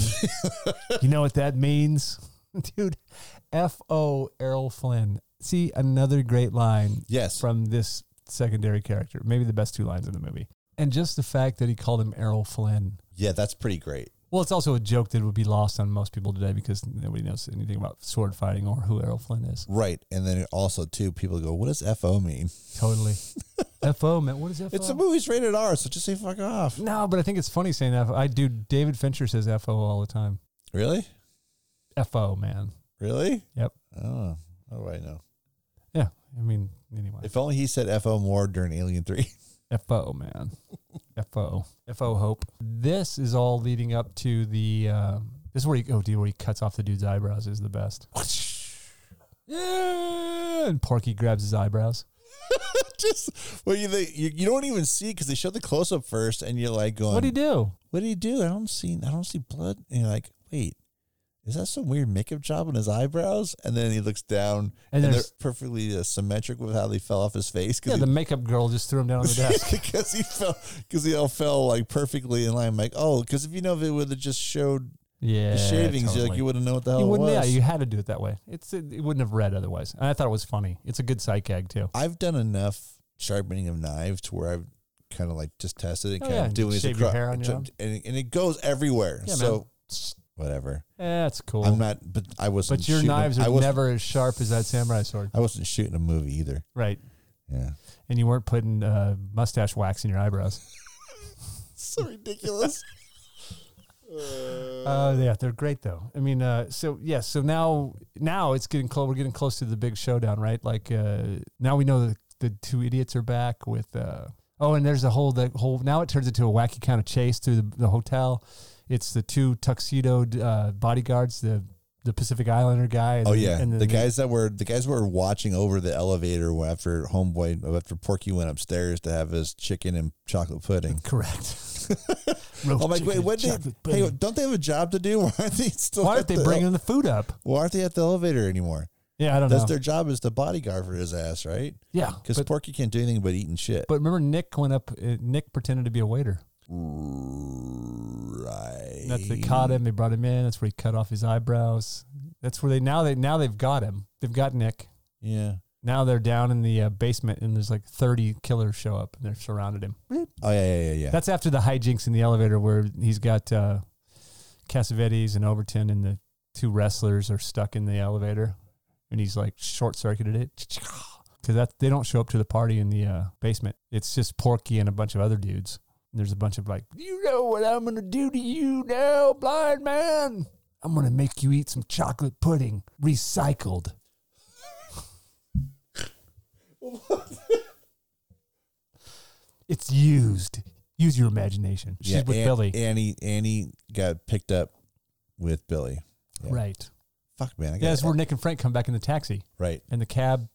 S2: you know what that means, dude? F.O. Errol Flynn. See another great line
S1: Yes.
S2: from this secondary character. Maybe the best two lines in the movie. And just the fact that he called him Errol Flynn.
S1: Yeah, that's pretty great.
S2: Well, it's also a joke that would be lost on most people today because nobody knows anything about sword fighting or who Errol Flynn is.
S1: Right. And then also too, people go, What does FO mean?
S2: Totally. FO, man. What is FO?
S1: It's a movie's rated R, so just say fuck off.
S2: no, but I think it's funny saying FO. I do. David Fincher says FO all the time.
S1: Really?
S2: FO, man.
S1: Really?
S2: Yep.
S1: Oh. How do I know?
S2: Yeah. I mean, anyway.
S1: If only he said FO more during Alien 3.
S2: FO, man. FO. FO hope. This is all leading up to the. Uh, this is where he, oh, dude, where he cuts off the dude's eyebrows is the best. Yeah, and Porky grabs his eyebrows.
S1: Just, well, you, they, you, you don't even see because they show the close up first and you're like going,
S2: What'd he do?
S1: What did he do? I don't see, I don't see blood. And you're like, Wait, is that some weird makeup job on his eyebrows? And then he looks down
S2: And
S1: and, they're
S2: there's-
S1: perfectly uh, symmetric with how they fell off his face
S2: Yeah,
S1: because
S2: the makeup girl just threw him down on the desk.
S1: because he fell because he all fell like perfectly in line. I'm like, oh, because if you know if it would have just showed
S2: Yeah,
S1: the shavings, you're like
S2: totally.
S1: you wouldn't know what the hell
S2: You
S1: it
S2: wouldn't. Yeah,
S1: was.
S2: you had to do it that way. It's it, it wouldn't have read otherwise. And I thought it was funny. It's a good sight gag too.
S1: I've done enough sharpening of knives to where I've kind of like just tested it,
S2: Oh,
S1: kind
S2: yeah,
S1: of doing
S2: shave
S1: it
S2: your
S1: acro-
S2: hair on your own.
S1: and, and it goes everywhere.
S2: Yeah,
S1: so
S2: man. It's-
S1: whatever.
S2: eh, That's cool.
S1: I'm not, but I wasn't.
S2: but your
S1: shooting-
S2: knives
S1: I
S2: are
S1: wasn't-
S2: never as sharp as that samurai sword,
S1: I wasn't shooting a movie either.
S2: right?
S1: Yeah,
S2: And you weren't putting uh, mustache wax in your eyebrows.
S1: so ridiculous.
S2: Uh, yeah, they're great though. I mean, uh, so yeah, so now now it's getting close. We're getting close to the big showdown, right? Like uh, now we know that the two idiots are back with. Uh, oh, and there's a whole the whole. Now it turns into a wacky kind of chase through the, the hotel. It's the two tuxedoed uh, bodyguards, the the Pacific Islander guy. And
S1: oh yeah,
S2: and
S1: the guys that were the guys were watching over the elevator after homeboy after Porky went upstairs to have his chicken and chocolate pudding.
S2: Correct. Oh,
S1: I'm like, wait, what? They, hey, don't they have a job to do? Why aren't they still?
S2: Why
S1: at
S2: aren't they
S1: the-
S2: bringing the food up?
S1: Why aren't they at the elevator anymore?
S2: Yeah, I don't
S1: That's
S2: know.
S1: their job is the bodyguard for his ass, right?
S2: yeah,
S1: Because
S2: but,
S1: Porky can't do anything but eating shit.
S2: but remember, Nick went up. Uh, Nick pretended to be a waiter.
S1: right.
S2: That's they caught him. They brought him in. That's where he cut off his eyebrows. That's where they now they now they've got him. They've got Nick.
S1: Yeah.
S2: Now they're down in the uh, basement, and there's like 30 killers show up, and they're surrounded him.
S1: Oh yeah, yeah, yeah, yeah.
S2: That's after the hijinks in the elevator, where he's got uh, Cassavetes and Overton and the two wrestlers are stuck in the elevator, and he's like short circuited it because that they don't show up to the party in the uh, basement. It's just Porky and a bunch of other dudes. And there's a bunch of like, you know what I'm gonna do to you now, blind man. I'm gonna make you eat some chocolate pudding, recycled. it's used. Use your imagination. She's with
S1: An-
S2: Billy,
S1: Annie Annie got picked up with Billy. yeah.
S2: right?
S1: Fuck man, I
S2: Yeah,
S1: got
S2: that's where Nick and Frank come back in the taxi
S1: right.
S2: and the cab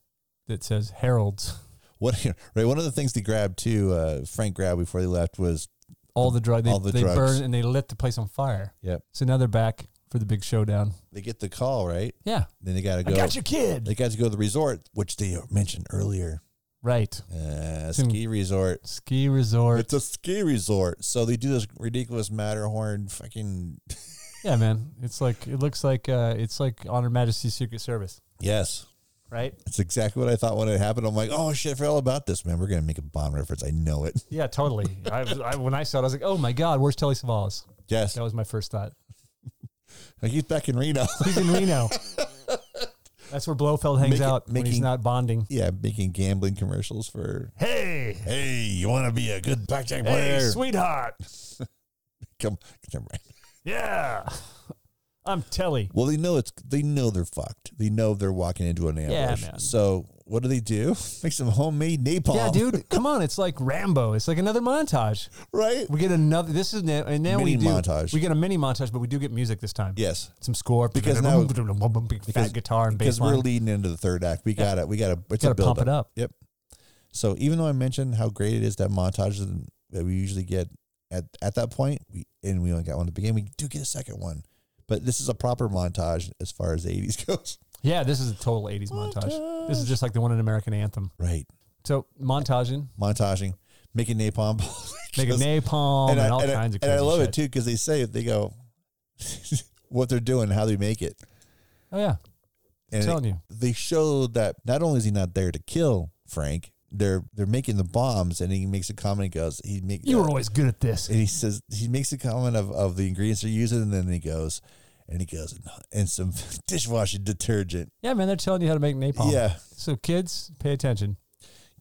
S2: that says Harold's.
S1: What right? One of the things they grabbed too, uh, Frank grabbed before they left was
S2: All the drug they,
S1: All the
S2: they
S1: drugs.
S2: burn and they lit the place on fire.
S1: Yep.
S2: So now they're back for the big showdown.
S1: They get the call right.
S2: Yeah,
S1: Then they got to
S2: I
S1: go.
S2: got your kid.
S1: They got to go to the resort, which they mentioned earlier.
S2: right,
S1: Uh,
S2: Hmm.
S1: ski resort.
S2: ski resort.
S1: It's a ski resort, so they do this ridiculous Matterhorn fucking
S2: yeah, man, it's like it looks like uh, it's like Honor Majesty's Secret Service,
S1: yes.
S2: right?
S1: It's exactly what I thought when it happened. I'm like, oh shit, I forgot all about this, man. We're gonna make a Bond reference. I know it.
S2: Yeah, totally. I, was- I, when I saw it, I was like, oh my god, where's Telly Savalas?
S1: Yes,
S2: That was my first thought.
S1: like he's back in Reno.
S2: He's in Reno. That's where Blofeld hangs
S1: Make it-
S2: out when he's
S1: making-
S2: not bonding.
S1: yeah, making gambling commercials for.
S2: Hey,
S1: Hey, you want to be a good blackjack
S2: hey,
S1: player?
S2: sweetheart.
S1: Come, come right.
S2: Yeah. I'm Telly.
S1: Well, they know it's they know they're fucked. They know they're walking into an ambush.
S2: man.
S1: So what do they do? Make some homemade napalm.
S2: Yeah, dude. Come on. It's like Rambo. It's like another montage.
S1: Right?
S2: We get another. This is now, and now
S1: Mini
S2: we do
S1: montage.
S2: we get a mini montage, but we do get music this time.
S1: Yes.
S2: some score
S1: Because now-
S2: big fat guitar and bass
S1: Because we're
S2: line.
S1: leading into the third act. We got to We got to. It's
S2: Gotta
S1: a build
S2: pump it up.
S1: Yep. So even though I mentioned how great it is that montage that we usually get at at that point, we and we only got one at the beginning. We do get a second one, but this is a proper montage as far as the eighties goes.
S2: Yeah, this is a total '80s montage. This is just like the one in American Anthem.
S1: Right.
S2: So montaging,
S1: Montaging, making napalm,
S2: making
S1: Just-
S2: napalm and,
S1: I-
S2: all
S1: I-
S2: kinds of.
S1: and I
S2: crazy
S1: love
S2: shit.
S1: it too because they say it. They go, what they're doing, how they make it.
S2: Oh yeah,
S1: And
S2: telling you.
S1: they show that not only is he not there to kill Frank, they're they're making the bombs, and he makes a comment. He goes, he make
S2: You were always good at this.
S1: and he says he makes a comment of, of the ingredients they're using, and then he goes, and he goes, and some dishwashing detergent.
S2: Yeah, man, they're telling you how to make napalm.
S1: Yeah,
S2: So kids, pay attention.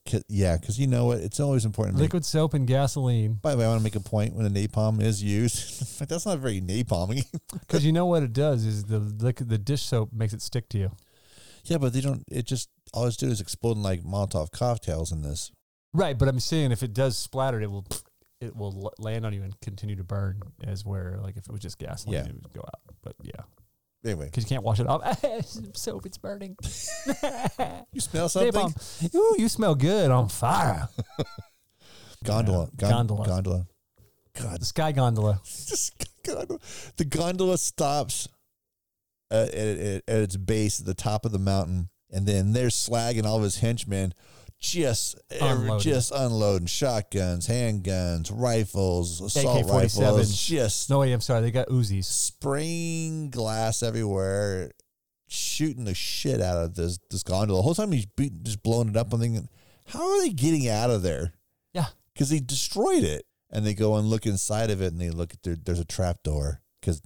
S1: 'Cause- yeah, because you know what? It's always important. To make,
S2: Liquid soap and gasoline,
S1: by the way, I want to make a point when the napalm is used. Like, That's not very napalmy.
S2: because you know what it does is the liquid, the dish soap makes it stick to you.
S1: yeah, but they don't. It just all it's doing is exploding like Molotov cocktails in this.
S2: Right, but I'm saying if it does splatter, it will it will l- land on you and continue to burn as where like if it was just gasoline,
S1: Yeah.
S2: it would go out. But yeah,
S1: Anyway,
S2: because you can't wash it off. Soap, it's burning.
S1: you smell something?
S2: Napalm. Ooh, you smell good on fire.
S1: Gondola,
S2: Yeah. Gondola.
S1: gondola. God,
S2: The sky gondola.
S1: just gondola. the gondola stops at, at, at- at its base at the top of the mountain, and then there's Slag and all of his henchmen just every-
S2: Unloading.
S1: just unloading shotguns, handguns, rifles, assault
S2: AK-47.
S1: rifles, just
S2: No, wait, I'm sorry. They got Uzis.
S1: spraying glass everywhere, shooting the shit out of this this gondola. The whole time he's beating, just blowing it up. I'm thinking, how are they getting out of there?
S2: Yeah.
S1: because he destroyed it. And they go and look inside of it, and they look at there. There's a trap door because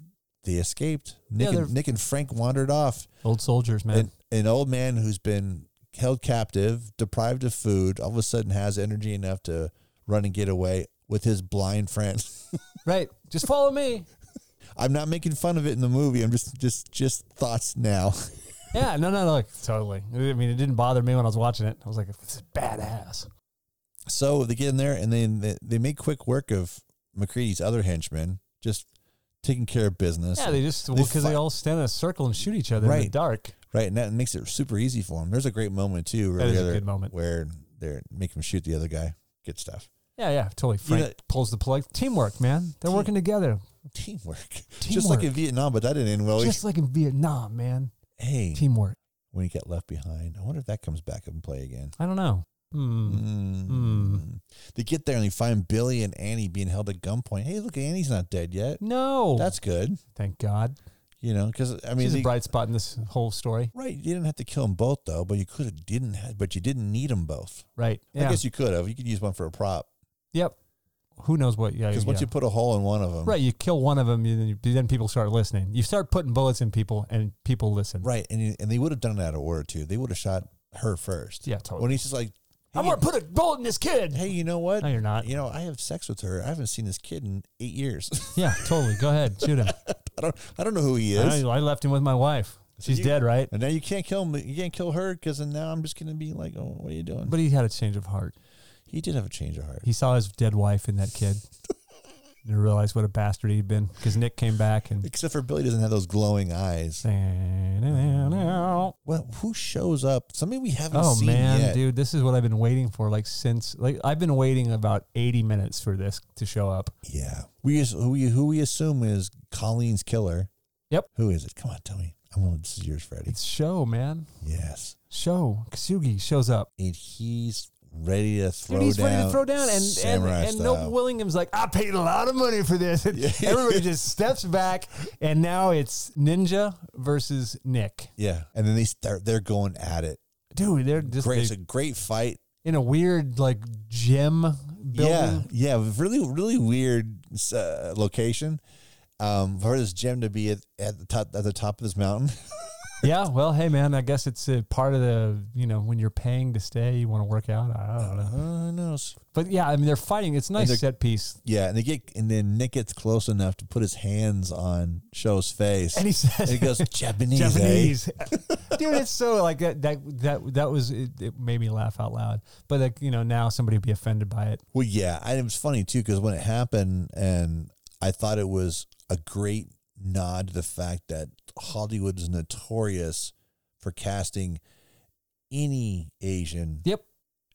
S1: they escaped. Nick,
S2: Yeah,
S1: and,
S2: they're-
S1: Nick and Frank wandered off.
S2: Old soldiers, man.
S1: An, an old man who's been held captive, deprived of food, all of a sudden has energy enough to run and get away with his blind friend.
S2: right. Just follow me.
S1: I'm not making fun of it in the movie. I'm just just just thoughts now.
S2: Yeah, no, no, no. Like, totally. I mean, it didn't bother me when I was watching it. I was like, this is badass.
S1: So they get in there and then they, they make quick work of McCready's other henchmen, just taking care of business.
S2: Yeah, they just,
S1: They
S2: because they,
S1: fight.
S2: all stand in a circle and shoot each other in the
S1: Right.
S2: dark.
S1: right, and that makes it super easy for them. There's a great moment too, where
S2: That
S1: the
S2: is a
S1: other-
S2: good moment.
S1: where they're make him shoot the other guy. Good stuff.
S2: Yeah, yeah, totally. Frank
S1: know-
S2: pulls the plug. Teamwork, man. They're
S1: Team-
S2: working together.
S1: Teamwork. just like in Vietnam, but that didn't end well.
S2: Just like in Vietnam, man.
S1: hey,
S2: Teamwork.
S1: when he got left behind, I wonder if that comes back up and play again.
S2: I don't know. Hmm.
S1: Mm.
S2: Hmm.
S1: They get there and they find Billy and Annie being held at gunpoint. Hey, look, Annie's not dead yet.
S2: No.
S1: That's good.
S2: Thank God.
S1: You know, because I mean,
S2: She's
S1: they-
S2: a bright spot in this whole story.
S1: right? You didn't have to kill them both though, but you could have didn't, have, but you didn't need them both.
S2: Right. Yeah.
S1: I guess you could have. You could use one for a prop.
S2: yep. who knows what? Yeah,
S1: Because once
S2: yeah.
S1: you put a hole in one of them,
S2: right, you kill one of them, and then, you, then people start listening. You start putting bullets in people, and people listen.
S1: right, and you- and they would have done it out of order too. They would have shot her first.
S2: Yeah, totally.
S1: When he's just like,
S2: I'm
S1: hey,
S2: gonna put a bullet in this kid.
S1: hey, you know what?
S2: No, you're not.
S1: You know, I have sex with her. I haven't seen this kid in eight years.
S2: Yeah, totally. Go ahead, shoot him.
S1: I don't, I don't know who he is.
S2: I, I left him with my wife. She's
S1: you-
S2: dead, right?
S1: And now you can't kill him. You can't kill her because now I'm just gonna be like, oh, what are you doing? But
S2: But he had a change of heart.
S1: he did have a change of heart.
S2: He saw his dead wife in that kid, and realized what a bastard he'd been. Because Nick came back and.
S1: Except for Billy doesn't have those glowing eyes.
S2: Oh
S1: Well, who shows up? Somebody we haven't seen
S2: man,
S1: yet.
S2: dude, this is what I've been waiting for. Like since, like I've been waiting about eighty minutes for this to show up.
S1: Yeah, we as- who we who we assume is Colleen's killer.
S2: Yep.
S1: Who is it? Come on, tell me. I'm gonna. This is yours, Freddie.
S2: It's show, man.
S1: yes,
S2: Show Kasugi shows up.
S1: and he's ready to throw
S2: Dude, he's
S1: down.
S2: ready to throw down, and and,
S1: samurai
S2: and Noble
S1: style.
S2: Willingham's like, I paid a lot of money for this. And
S1: Yeah.
S2: Everybody just steps back, and now it's Ninja versus Nick.
S1: Yeah, and then they start. They're going at it.
S2: Dude, they're just
S1: Great,
S2: they-
S1: it's a great fight.
S2: in a weird like gym building.
S1: Yeah, yeah, really, really weird uh, location. Um, for this gym to be at, at the top at the top of this mountain.
S2: Yeah. well, hey man, I guess it's a part of the you know when you're paying to stay, you want to work out. I don't know,
S1: Oh no!
S2: but yeah, I mean they're fighting. It's a
S1: they're-
S2: nice set piece,
S1: Yeah, and they get and then Nick gets close enough to put his hands on Show's face,
S2: and he says
S1: and he goes Japanese. eh?"
S2: Japanese. Dude, it's so like that. That that that was it, it made me laugh out loud. But like you know, now somebody would be offended by it.
S1: Well, yeah, and it was funny too because when it happened, and I thought it was a great nod to the fact that Hollywood is notorious for casting any Asian
S2: Yep,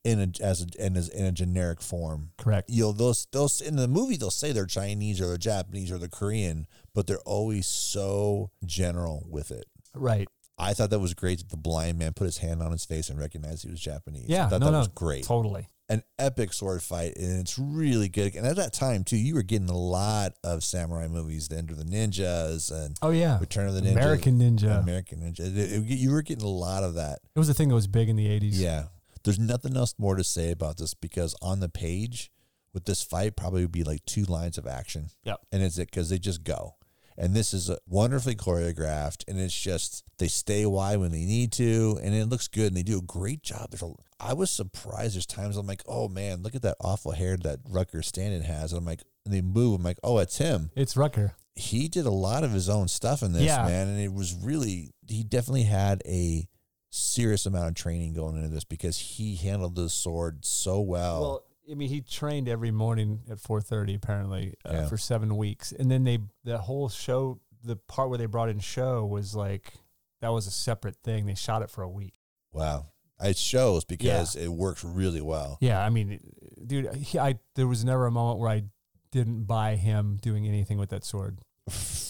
S1: in a as a, in, as, in a generic form.
S2: correct.
S1: You know, those those in the movie they'll say they're Chinese or they're Japanese or they're Korean, but they're always so general with it.
S2: Right.
S1: I thought that was great that the blind man put his hand on his face and recognized he was Japanese.
S2: Yeah.
S1: I thought
S2: no,
S1: that
S2: no.
S1: was great
S2: Totally.
S1: an epic sword fight, and it's really good. And at that time too, you were getting a lot of samurai movies, The End of the Ninjas and
S2: Oh yeah.
S1: Return of the Ninja,
S2: American Ninja.
S1: American Ninja. It- it- you were getting a lot of that.
S2: It was a thing that was big in the '80s.
S1: Yeah, there's nothing else more to say about this because on the page with this fight, probably would be like two lines of action.
S2: Yep.
S1: and it's it because they just go. And this is uh, wonderfully choreographed, and it's just they stay wide when they need to, and it looks good, and they do a great job. There's a, I was surprised. There's times I'm like, oh man, look at that awful hair that Rucker Stanton has, and I'm like, and they move, I'm like, oh, it's him.
S2: It's Rucker.
S1: He did a lot of his own stuff in this
S2: Yeah.
S1: man, and it was really he definitely had a serious amount of training going into this because he handled the sword so well.
S2: Well, I mean, he trained every morning at 4:30 apparently uh,
S1: Yeah.
S2: for seven weeks, and then they the whole show, the part where they brought in show was like that was a separate thing. They shot it for a week.
S1: wow, it shows because it works really well.
S2: Yeah, I mean, dude, he, I there was never a moment where I didn't buy him doing anything with that sword.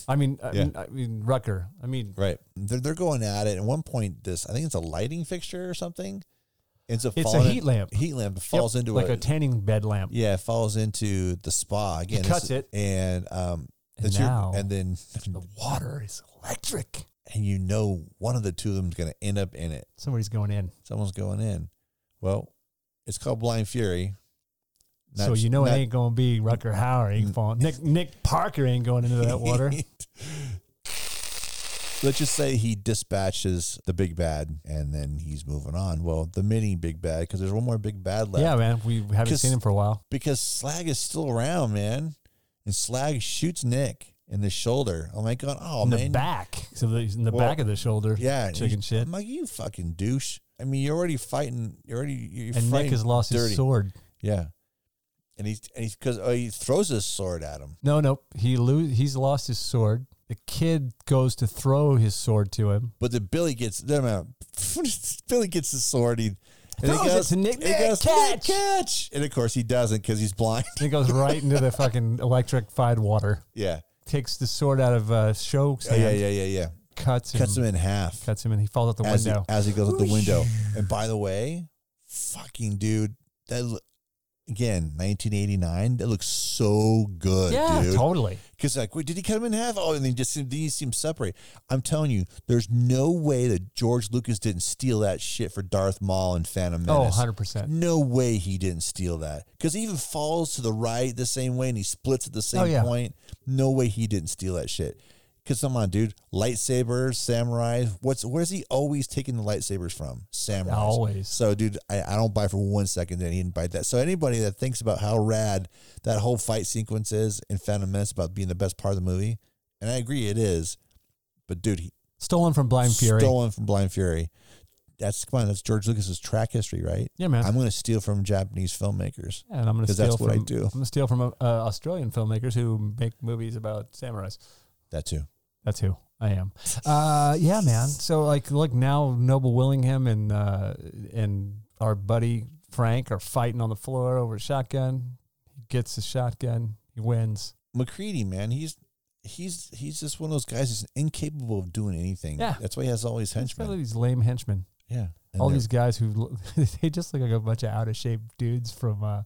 S2: I mean, I,
S1: Yeah.
S2: mean, I mean Rucker. I mean,
S1: Right. They're, they're going at it. At one point, this I think it's a lighting fixture or something. Ends up
S2: it's a
S1: falling
S2: heat lamp.
S1: heat lamp falls
S2: Yep,
S1: into
S2: like a,
S1: a,
S2: tanning bed lamp.
S1: yeah it falls into the spa again. this
S2: cuts
S1: is-
S2: it.
S1: and um
S2: And
S1: that's
S2: now-
S1: your, and then
S2: The water is electric.
S1: and you know one of the two of them's going to end up in it.
S2: Somebody's going in.
S1: Someone's going in. Well, it's called Blind Fury.
S2: so you know
S1: not-
S2: it ain't gonna be Rucker Hauer
S1: Mm.
S2: ain't falling. Nick Nick Parker ain't going into that water.
S1: Let's just say he dispatches the big bad, and then he's moving on. Well, the mini big bad, because there's one more big bad left.
S2: yeah, man, we haven't
S1: 'Cause-
S2: seen him for a while.
S1: because Slag is still around, man. And Slag shoots Nick in the shoulder. Oh my god! Oh
S2: In the
S1: man,
S2: back, so the, in the
S1: Well,
S2: back of the shoulder.
S1: yeah, and
S2: chicken
S1: he's-
S2: shit.
S1: I'm like, you fucking douche. I mean, you're already fighting. You're already you're
S2: And
S1: fighting
S2: Nick has lost
S1: dirty.
S2: his sword.
S1: Yeah, and he's and he's because oh, he throws his sword at him.
S2: No, no, he lo- he's lost his sword. The kid goes to throw his sword to him.
S1: But then Billy gets no, no, Billy gets the sword. He and
S2: Throws it to Nick.
S1: he
S2: Nick,
S1: "Nick,
S2: catch!"
S1: catch! And of course he doesn't because he's blind.
S2: And it goes right into the fucking electrified water.
S1: yeah.
S2: Takes the sword out of uh, show
S1: Oh,
S2: stand,
S1: yeah, yeah, yeah, yeah.
S2: cuts him,
S1: Cuts him in half.
S2: cuts him, and he falls out the
S1: as he,
S2: window.
S1: as he goes out the window. And by the way, fucking dude, that l- Again, 1989. That looks so good,
S2: yeah,
S1: dude.
S2: totally.
S1: Because like, wait, did he cut him in half? Oh, and then just then you see him separate. I'm telling you, there's no way that George Lucas didn't steal that shit for Darth Maul and Phantom
S2: Oh,
S1: Menace.
S2: 100%.
S1: No way he didn't steal that. Because he even falls to the right the same way and he splits at the same
S2: Oh, yeah.
S1: point. No way he didn't steal that shit. Because come on, dude, lightsabers, samurai. What's where's he always taking the lightsabers from? Samurai.
S2: Always.
S1: So, dude, I, I don't buy for one second that he didn't buy that. So, anybody that thinks about how rad that whole fight sequence is in Phantom Menace about being the best part of the movie, and I agree it is, but dude, he
S2: Stolen from Blind Fury.
S1: stolen from Blind Fury. That's come on, that's George Lucas's track history, right?
S2: Yeah, man.
S1: I'm going to steal from Japanese filmmakers.
S2: and I'm going to
S1: 'Cause
S2: steal
S1: that's
S2: from
S1: what I do.
S2: I'm going to steal from uh, Australian filmmakers who make movies about samurais.
S1: That too.
S2: That's who I am. Uh, yeah, man. So like, look now, Noble Willingham and uh, and our buddy Frank are fighting on the floor over a shotgun. He gets the shotgun. He wins.
S1: McCready, man, he's he's he's just one of those guys that's incapable of doing anything.
S2: Yeah.
S1: That's why he has all these
S2: It's
S1: henchmen.
S2: probably these lame henchmen.
S1: yeah. And
S2: All
S1: they're-
S2: these guys who lo- they just look like a bunch of out of shape dudes from. Uh,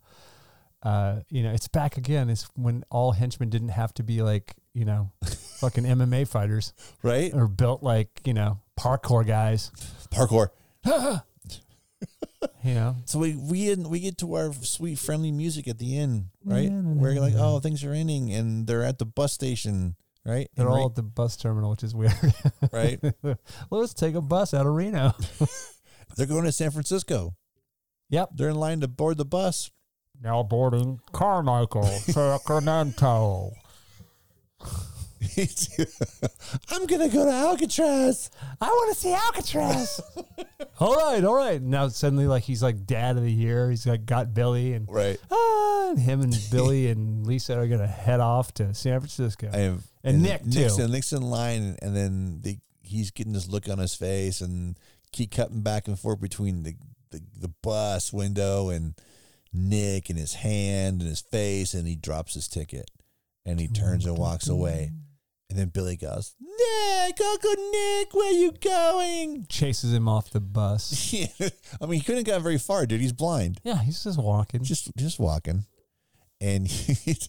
S2: uh, you know, it's back again. It's when all henchmen didn't have to be like you know, fucking MMA fighters
S1: right?
S2: or built like you know parkour guys.
S1: Parkour.
S2: You know,
S1: So we we get, we get to our sweet friendly music at the end, right?
S2: Yeah, no, no,
S1: Where you're like,
S2: no.
S1: oh, things are ending, and they're at the bus station, right?
S2: They're
S1: And
S2: all at the bus terminal, which is weird.
S1: Right.
S2: Let's take a bus out of Reno.
S1: right- They're going to San Francisco.
S2: Yep.
S1: They're in line to board the bus.
S2: Now boarding Carmichael, Sacramento.
S1: I'm gonna go to Alcatraz.
S2: I want to see Alcatraz. all right, all right. Now suddenly, like he's like dad of the year. He's like got Billy and
S1: Right.
S2: ah, and him and Billy and Lisa are gonna head off to San Francisco.
S1: I am,
S2: And Nick, too.
S1: Nick's, in- Nick's in line, and then the, he's getting this look on his face, and keep cutting back and forth between the, the the bus window and Nick, and his hand and his face, and he drops his ticket, and he turns and walks away, and then Billy goes, "Nick, Uncle Nick, where you going?"
S2: Chases him off the bus.
S1: I mean, he couldn't have gotten very far, dude. He's blind
S2: Yeah, he's just walking.
S1: just just walking, and he's,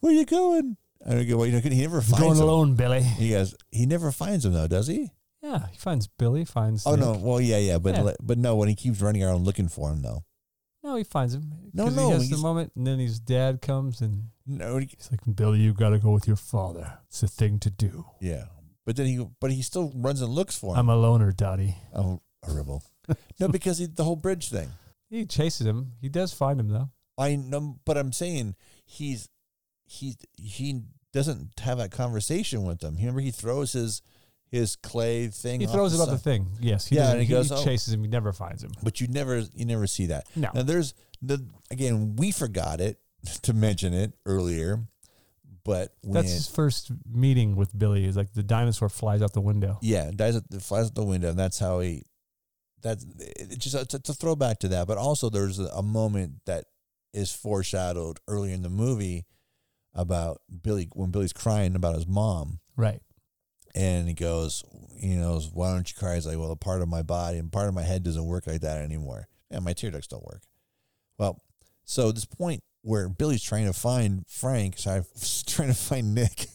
S1: where you going? I don't go. Well, you know, he never finds
S2: going
S1: him.
S2: alone, Billy.
S1: He goes. He never finds him though, does he?
S2: Yeah, he finds Billy. Finds.
S1: Oh
S2: Nick.
S1: no. Well, yeah, yeah, but
S2: Yeah.
S1: le- but no. When he keeps running around looking for him though,
S2: No, he finds him.
S1: No,
S2: 'Cause
S1: no,
S2: He has the
S1: he's-
S2: moment, and then his dad comes and
S1: no. he-
S2: he's like, "Billy, you got to go with your father. It's the thing to do.
S1: yeah, but then he but he still runs and looks for him.
S2: I'm a loner, Daddy."
S1: oh, horrible. no, because he, the whole bridge thing.
S2: He chases him. He does find him though.
S1: I know, but I'm saying he's he he doesn't have that conversation with them. Remember, he throws his his clay thing.
S2: He
S1: off
S2: throws it off the
S1: side.
S2: thing. Yes. He
S1: Yeah,
S2: doesn't-
S1: and he goes, "Oh."
S2: chases him. He never finds him.
S1: but you never you never see that.
S2: No.
S1: Now there's the again we forgot it to mention it earlier, but when
S2: That's his first meeting with Billy. Is like the dinosaur flies out the window.
S1: yeah dies at, flies out the window and that's how he that's it just it's, it's a throwback to that. But also there's a, a moment that is foreshadowed earlier in the movie about Billy when Billy's crying about his mom.
S2: Right.
S1: And he goes, you know, why don't you cry? He's like, well, a part of my body and part of my head doesn't work like that anymore. Yeah, my tear ducts don't work. Well, so this point where Billy's trying to find Frank, sorry, trying to find Nick.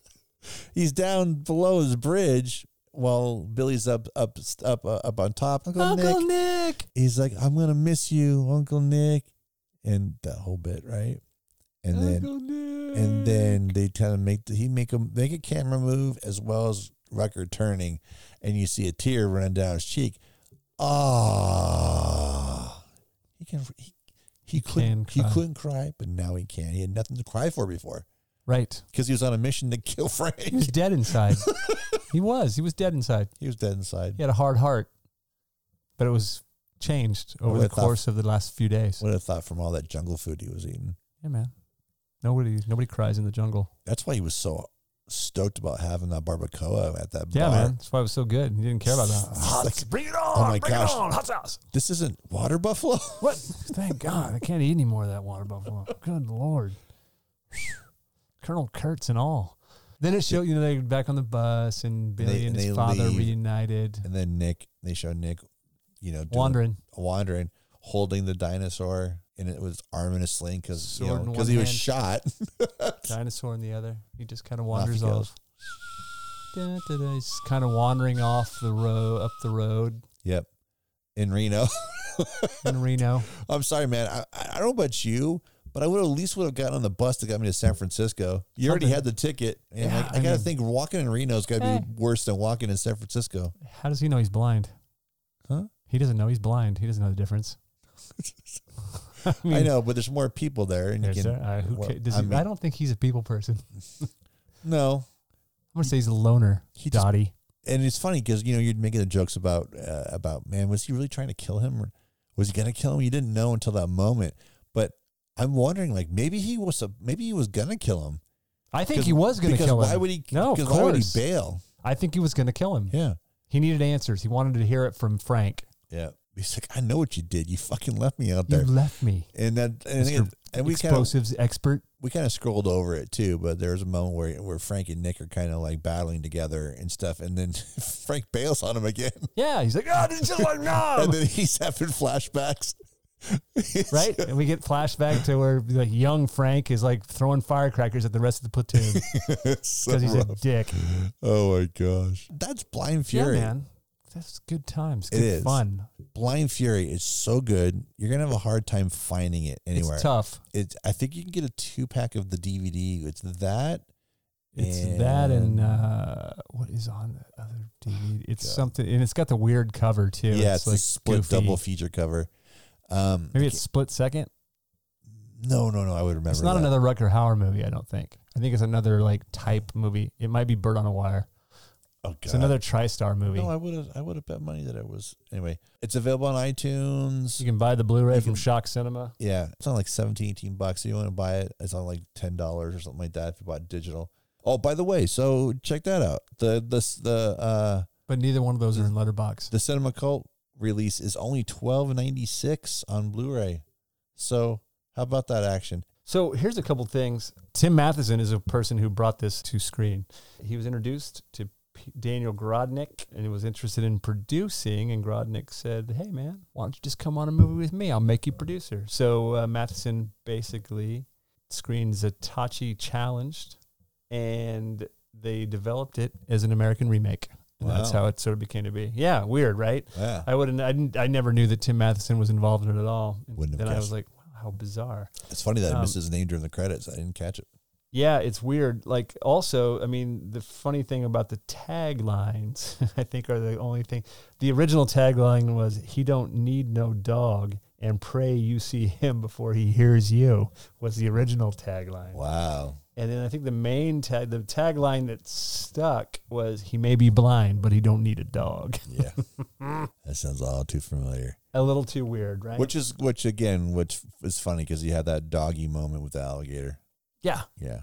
S1: He's down below his bridge while Billy's up, up, up, uh, up on top. Uncle,
S2: Uncle
S1: Nick.
S2: Nick.
S1: He's like, I'm gonna miss you, Uncle Nick, and that whole bit, right? And then
S2: Uncle Nick.
S1: and then they kind of make the, he make a make a camera move as well as Rucker turning, and you see a tear running down his cheek. Ah, he can he, he couldn't
S2: can
S1: he
S2: cry.
S1: couldn't cry, but now he can. He had nothing to cry for before
S2: Right.
S1: because he was on a mission to kill
S2: He was
S1: Frank.
S2: dead inside. he was. He was dead inside.
S1: he was dead inside.
S2: He had a hard heart, but it was changed over
S1: Well,
S2: the
S1: I thought-
S2: course of the last few days.
S1: What a thought from all that jungle food he was eating.
S2: Yeah, man. Nobody, nobody cries in the jungle.
S1: That's why he was so stoked about having that barbacoa at that
S2: Yeah,
S1: bar.
S2: man. That's why it was so good. He didn't care about that.
S1: Fuck.
S2: Like, bring it on!
S1: Oh my
S2: bring
S1: gosh.
S2: it on! Hot sauce.
S1: This isn't water buffalo.
S2: What? Thank God, I can't eat any more of that water buffalo. Good lord. Colonel Kurtz and all. Then it showed, you know, they were back on the bus and Billy
S1: they-
S2: and,
S1: and they
S2: his father
S1: leave.
S2: reunited,
S1: and then Nick, they show Nick, you know, doing-
S2: wandering.
S1: wandering, holding the dinosaur. and it was arm in a sling because you
S2: Sword
S1: know,
S2: in
S1: 'cause
S2: one
S1: he was
S2: hand.
S1: shot.
S2: dinosaur in the other. He just kind of wanders
S1: he goes.
S2: off. Da, da, da. He's kind of wandering off the road, up the road
S1: yep, in Reno.
S2: in Reno.
S1: I'm sorry, man. I, I I don't know about you, but I would at least would have gotten on the bus that got me to San Francisco. You already
S2: Something.
S1: had the ticket, and
S2: Yeah,
S1: like, I,
S2: I
S1: gotta
S2: mean-
S1: think walking in Reno's gotta
S2: Eh.
S1: be worse than walking in San Francisco.
S2: How does he know he's blind?
S1: Huh?
S2: He doesn't know he's blind. He doesn't know the difference. I
S1: I, know, but there's more people there, and you
S2: There's
S1: can.
S2: there, uh, who
S1: well,
S2: ca- does
S1: I
S2: he-
S1: mean-
S2: I don't think he's a people person.
S1: No,
S2: I'm gonna say he's a loner.
S1: He just-
S2: Dotty.
S1: and it's funny because you know you're making the jokes about uh, about man, was he really trying to kill him, or was he gonna kill him? You didn't know until that moment, but. I'm wondering, like maybe he was a, maybe he was gonna kill him.
S2: I think
S1: 'Cause-
S2: he was gonna
S1: because
S2: kill him.
S1: Why would he?
S2: No, of
S1: because why would he
S2: course.
S1: bail?
S2: I think he was gonna kill him.
S1: Yeah,
S2: He needed answers. He wanted to hear it from Frank.
S1: yeah. He's like, I know what you did. You fucking left me out there.
S2: You left me.
S1: and that and,
S2: Mr.
S1: it- and we kind of
S2: Explosives expert.
S1: we kind of scrolled over it too, but there was a moment where where Frank and Nick are kind of like battling together and stuff, and then Frank bails on him again,
S2: Yeah, he's like, oh, this is just like no.
S1: and then he's having flashbacks.
S2: right? And we get flashback to where like young Frank is like throwing firecrackers at the rest of the platoon
S1: It's so
S2: because he's a
S1: rough.
S2: dick.
S1: oh my gosh, that's Blind Fury.
S2: Yeah, man. That's good times.
S1: It
S2: Good
S1: is.
S2: fun.
S1: Blind Fury is so good. You're gonna have a hard time finding it anywhere.
S2: It's tough.
S1: It's- I think you can get a two pack of the DVD. It's that.
S2: It's that
S1: And-
S2: and uh, what is on the other DVD? It's
S1: God.
S2: something, and it's got the weird cover too.
S1: yeah, it's, a split
S2: goofy.
S1: double feature cover. Um,
S2: Maybe it's split second.
S1: no, no, no. I would remember.
S2: It's not
S1: that.
S2: another Rucker Hauer movie, I don't think. I think it's another like type movie. It might be Bird on a Wire.
S1: Oh, God.
S2: It's another TriStar movie.
S1: No, I would have. I would have bet money that it was. Anyway, it's available on iTunes.
S2: you can buy the Blu-ray
S1: You
S2: from
S1: can-
S2: Shock Cinema.
S1: Yeah, it's on like 17, 18 bucks. If you want to buy it, it's on like ten dollars or something like that if you bought digital. Oh, by the way, so check that out. The the the uh
S2: But neither one of those are in Letterbox.
S1: the Cinema Cult release is only twelve ninety six on Blu-ray. So how about that action?
S2: So here's a couple things. Tim Matheson is a person who brought this to screen. He was introduced to P- Daniel Grodnick and was interested in producing. And Grodnick said, "Hey man, why don't you just come on a movie with me? I'll make you producer." So uh, Matheson basically screened Zatachi Challenged, and they developed it as an American remake. And That's
S1: Wow.
S2: how it sort of became to be. Yeah, weird, right?
S1: Yeah,
S2: I wouldn't. I didn't. I never knew that Tim Matheson was involved in it at all. And
S1: Wouldn't have
S2: then I
S1: guessed.
S2: was like, wow, how bizarre.
S1: it's funny that I
S2: Um,
S1: missed his name during the credits. I didn't catch it.
S2: Yeah, it's weird. Like, also, I mean, the funny thing about the taglines, I think, are the only thing. The original tagline was, "He don't need no dog, and pray you see him before he hears you." Was the original tagline,
S1: Wow.
S2: and then I think the main tag, the tagline that stuck was, "He may be blind, but he don't need a dog."
S1: Yeah, that sounds all too familiar.
S2: A little too weird, right?
S1: Which is which again, which is funny because you had that doggy moment with the alligator.
S2: yeah,
S1: Yeah.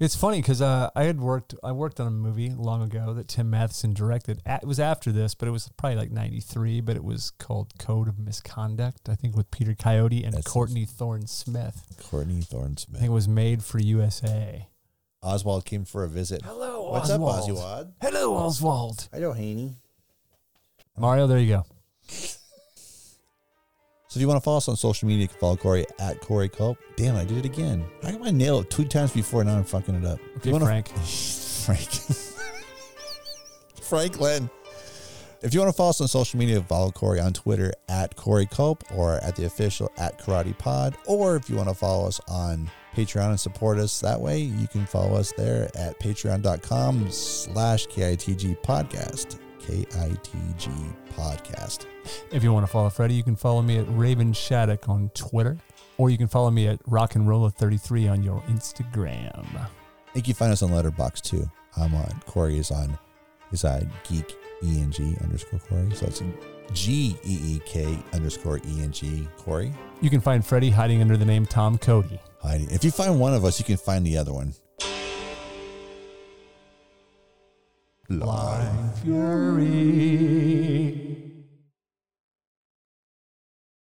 S2: It's funny because uh, I had worked I worked on a movie long ago that Tim Matheson directed. A- It was after this, but it was probably like '93. But it was called Code of Misconduct, I think, with Peter Coyote and
S1: That sounds-
S2: Courtney Thorne Smith.
S1: Courtney Thorne
S2: I think
S1: Smith.
S2: it was made for USA.
S1: Oswald came for a visit.
S2: Hello,
S1: What's up, Oswald?
S2: Hello, Oswald.
S1: Hello, Haney.
S2: Mario, there you go.
S1: So if you want to follow us on social media, you can follow Corey at Corey Culp. Damn, I did it again. How come I nailed it two times before and now I'm fucking it up? If
S2: Okay,
S1: you wanna-
S2: Frank.
S1: Frank. Franklin. If you want to follow us on social media, follow Corey on Twitter at Corey Cope or at the official at Karate Pod. Or if you want to follow us on Patreon and support us that way, you can follow us there at patreon.com slash KITG podcast. KITG podcast.
S2: If you want to follow Freddie, you can follow me at Raven Shattuck on Twitter, or you can follow me at Rock and Rolla 33 on your Instagram.
S1: I think you find us on Letterbox too. I'm on Corey is on is uh geek E N G underscore Corey. So it's G E E K underscore E N G Corey.
S2: You can find Freddie hiding under the name Tom Cody.
S1: Hiding. If you find one of us, you can find the other one. Live.
S2: Blind Fury.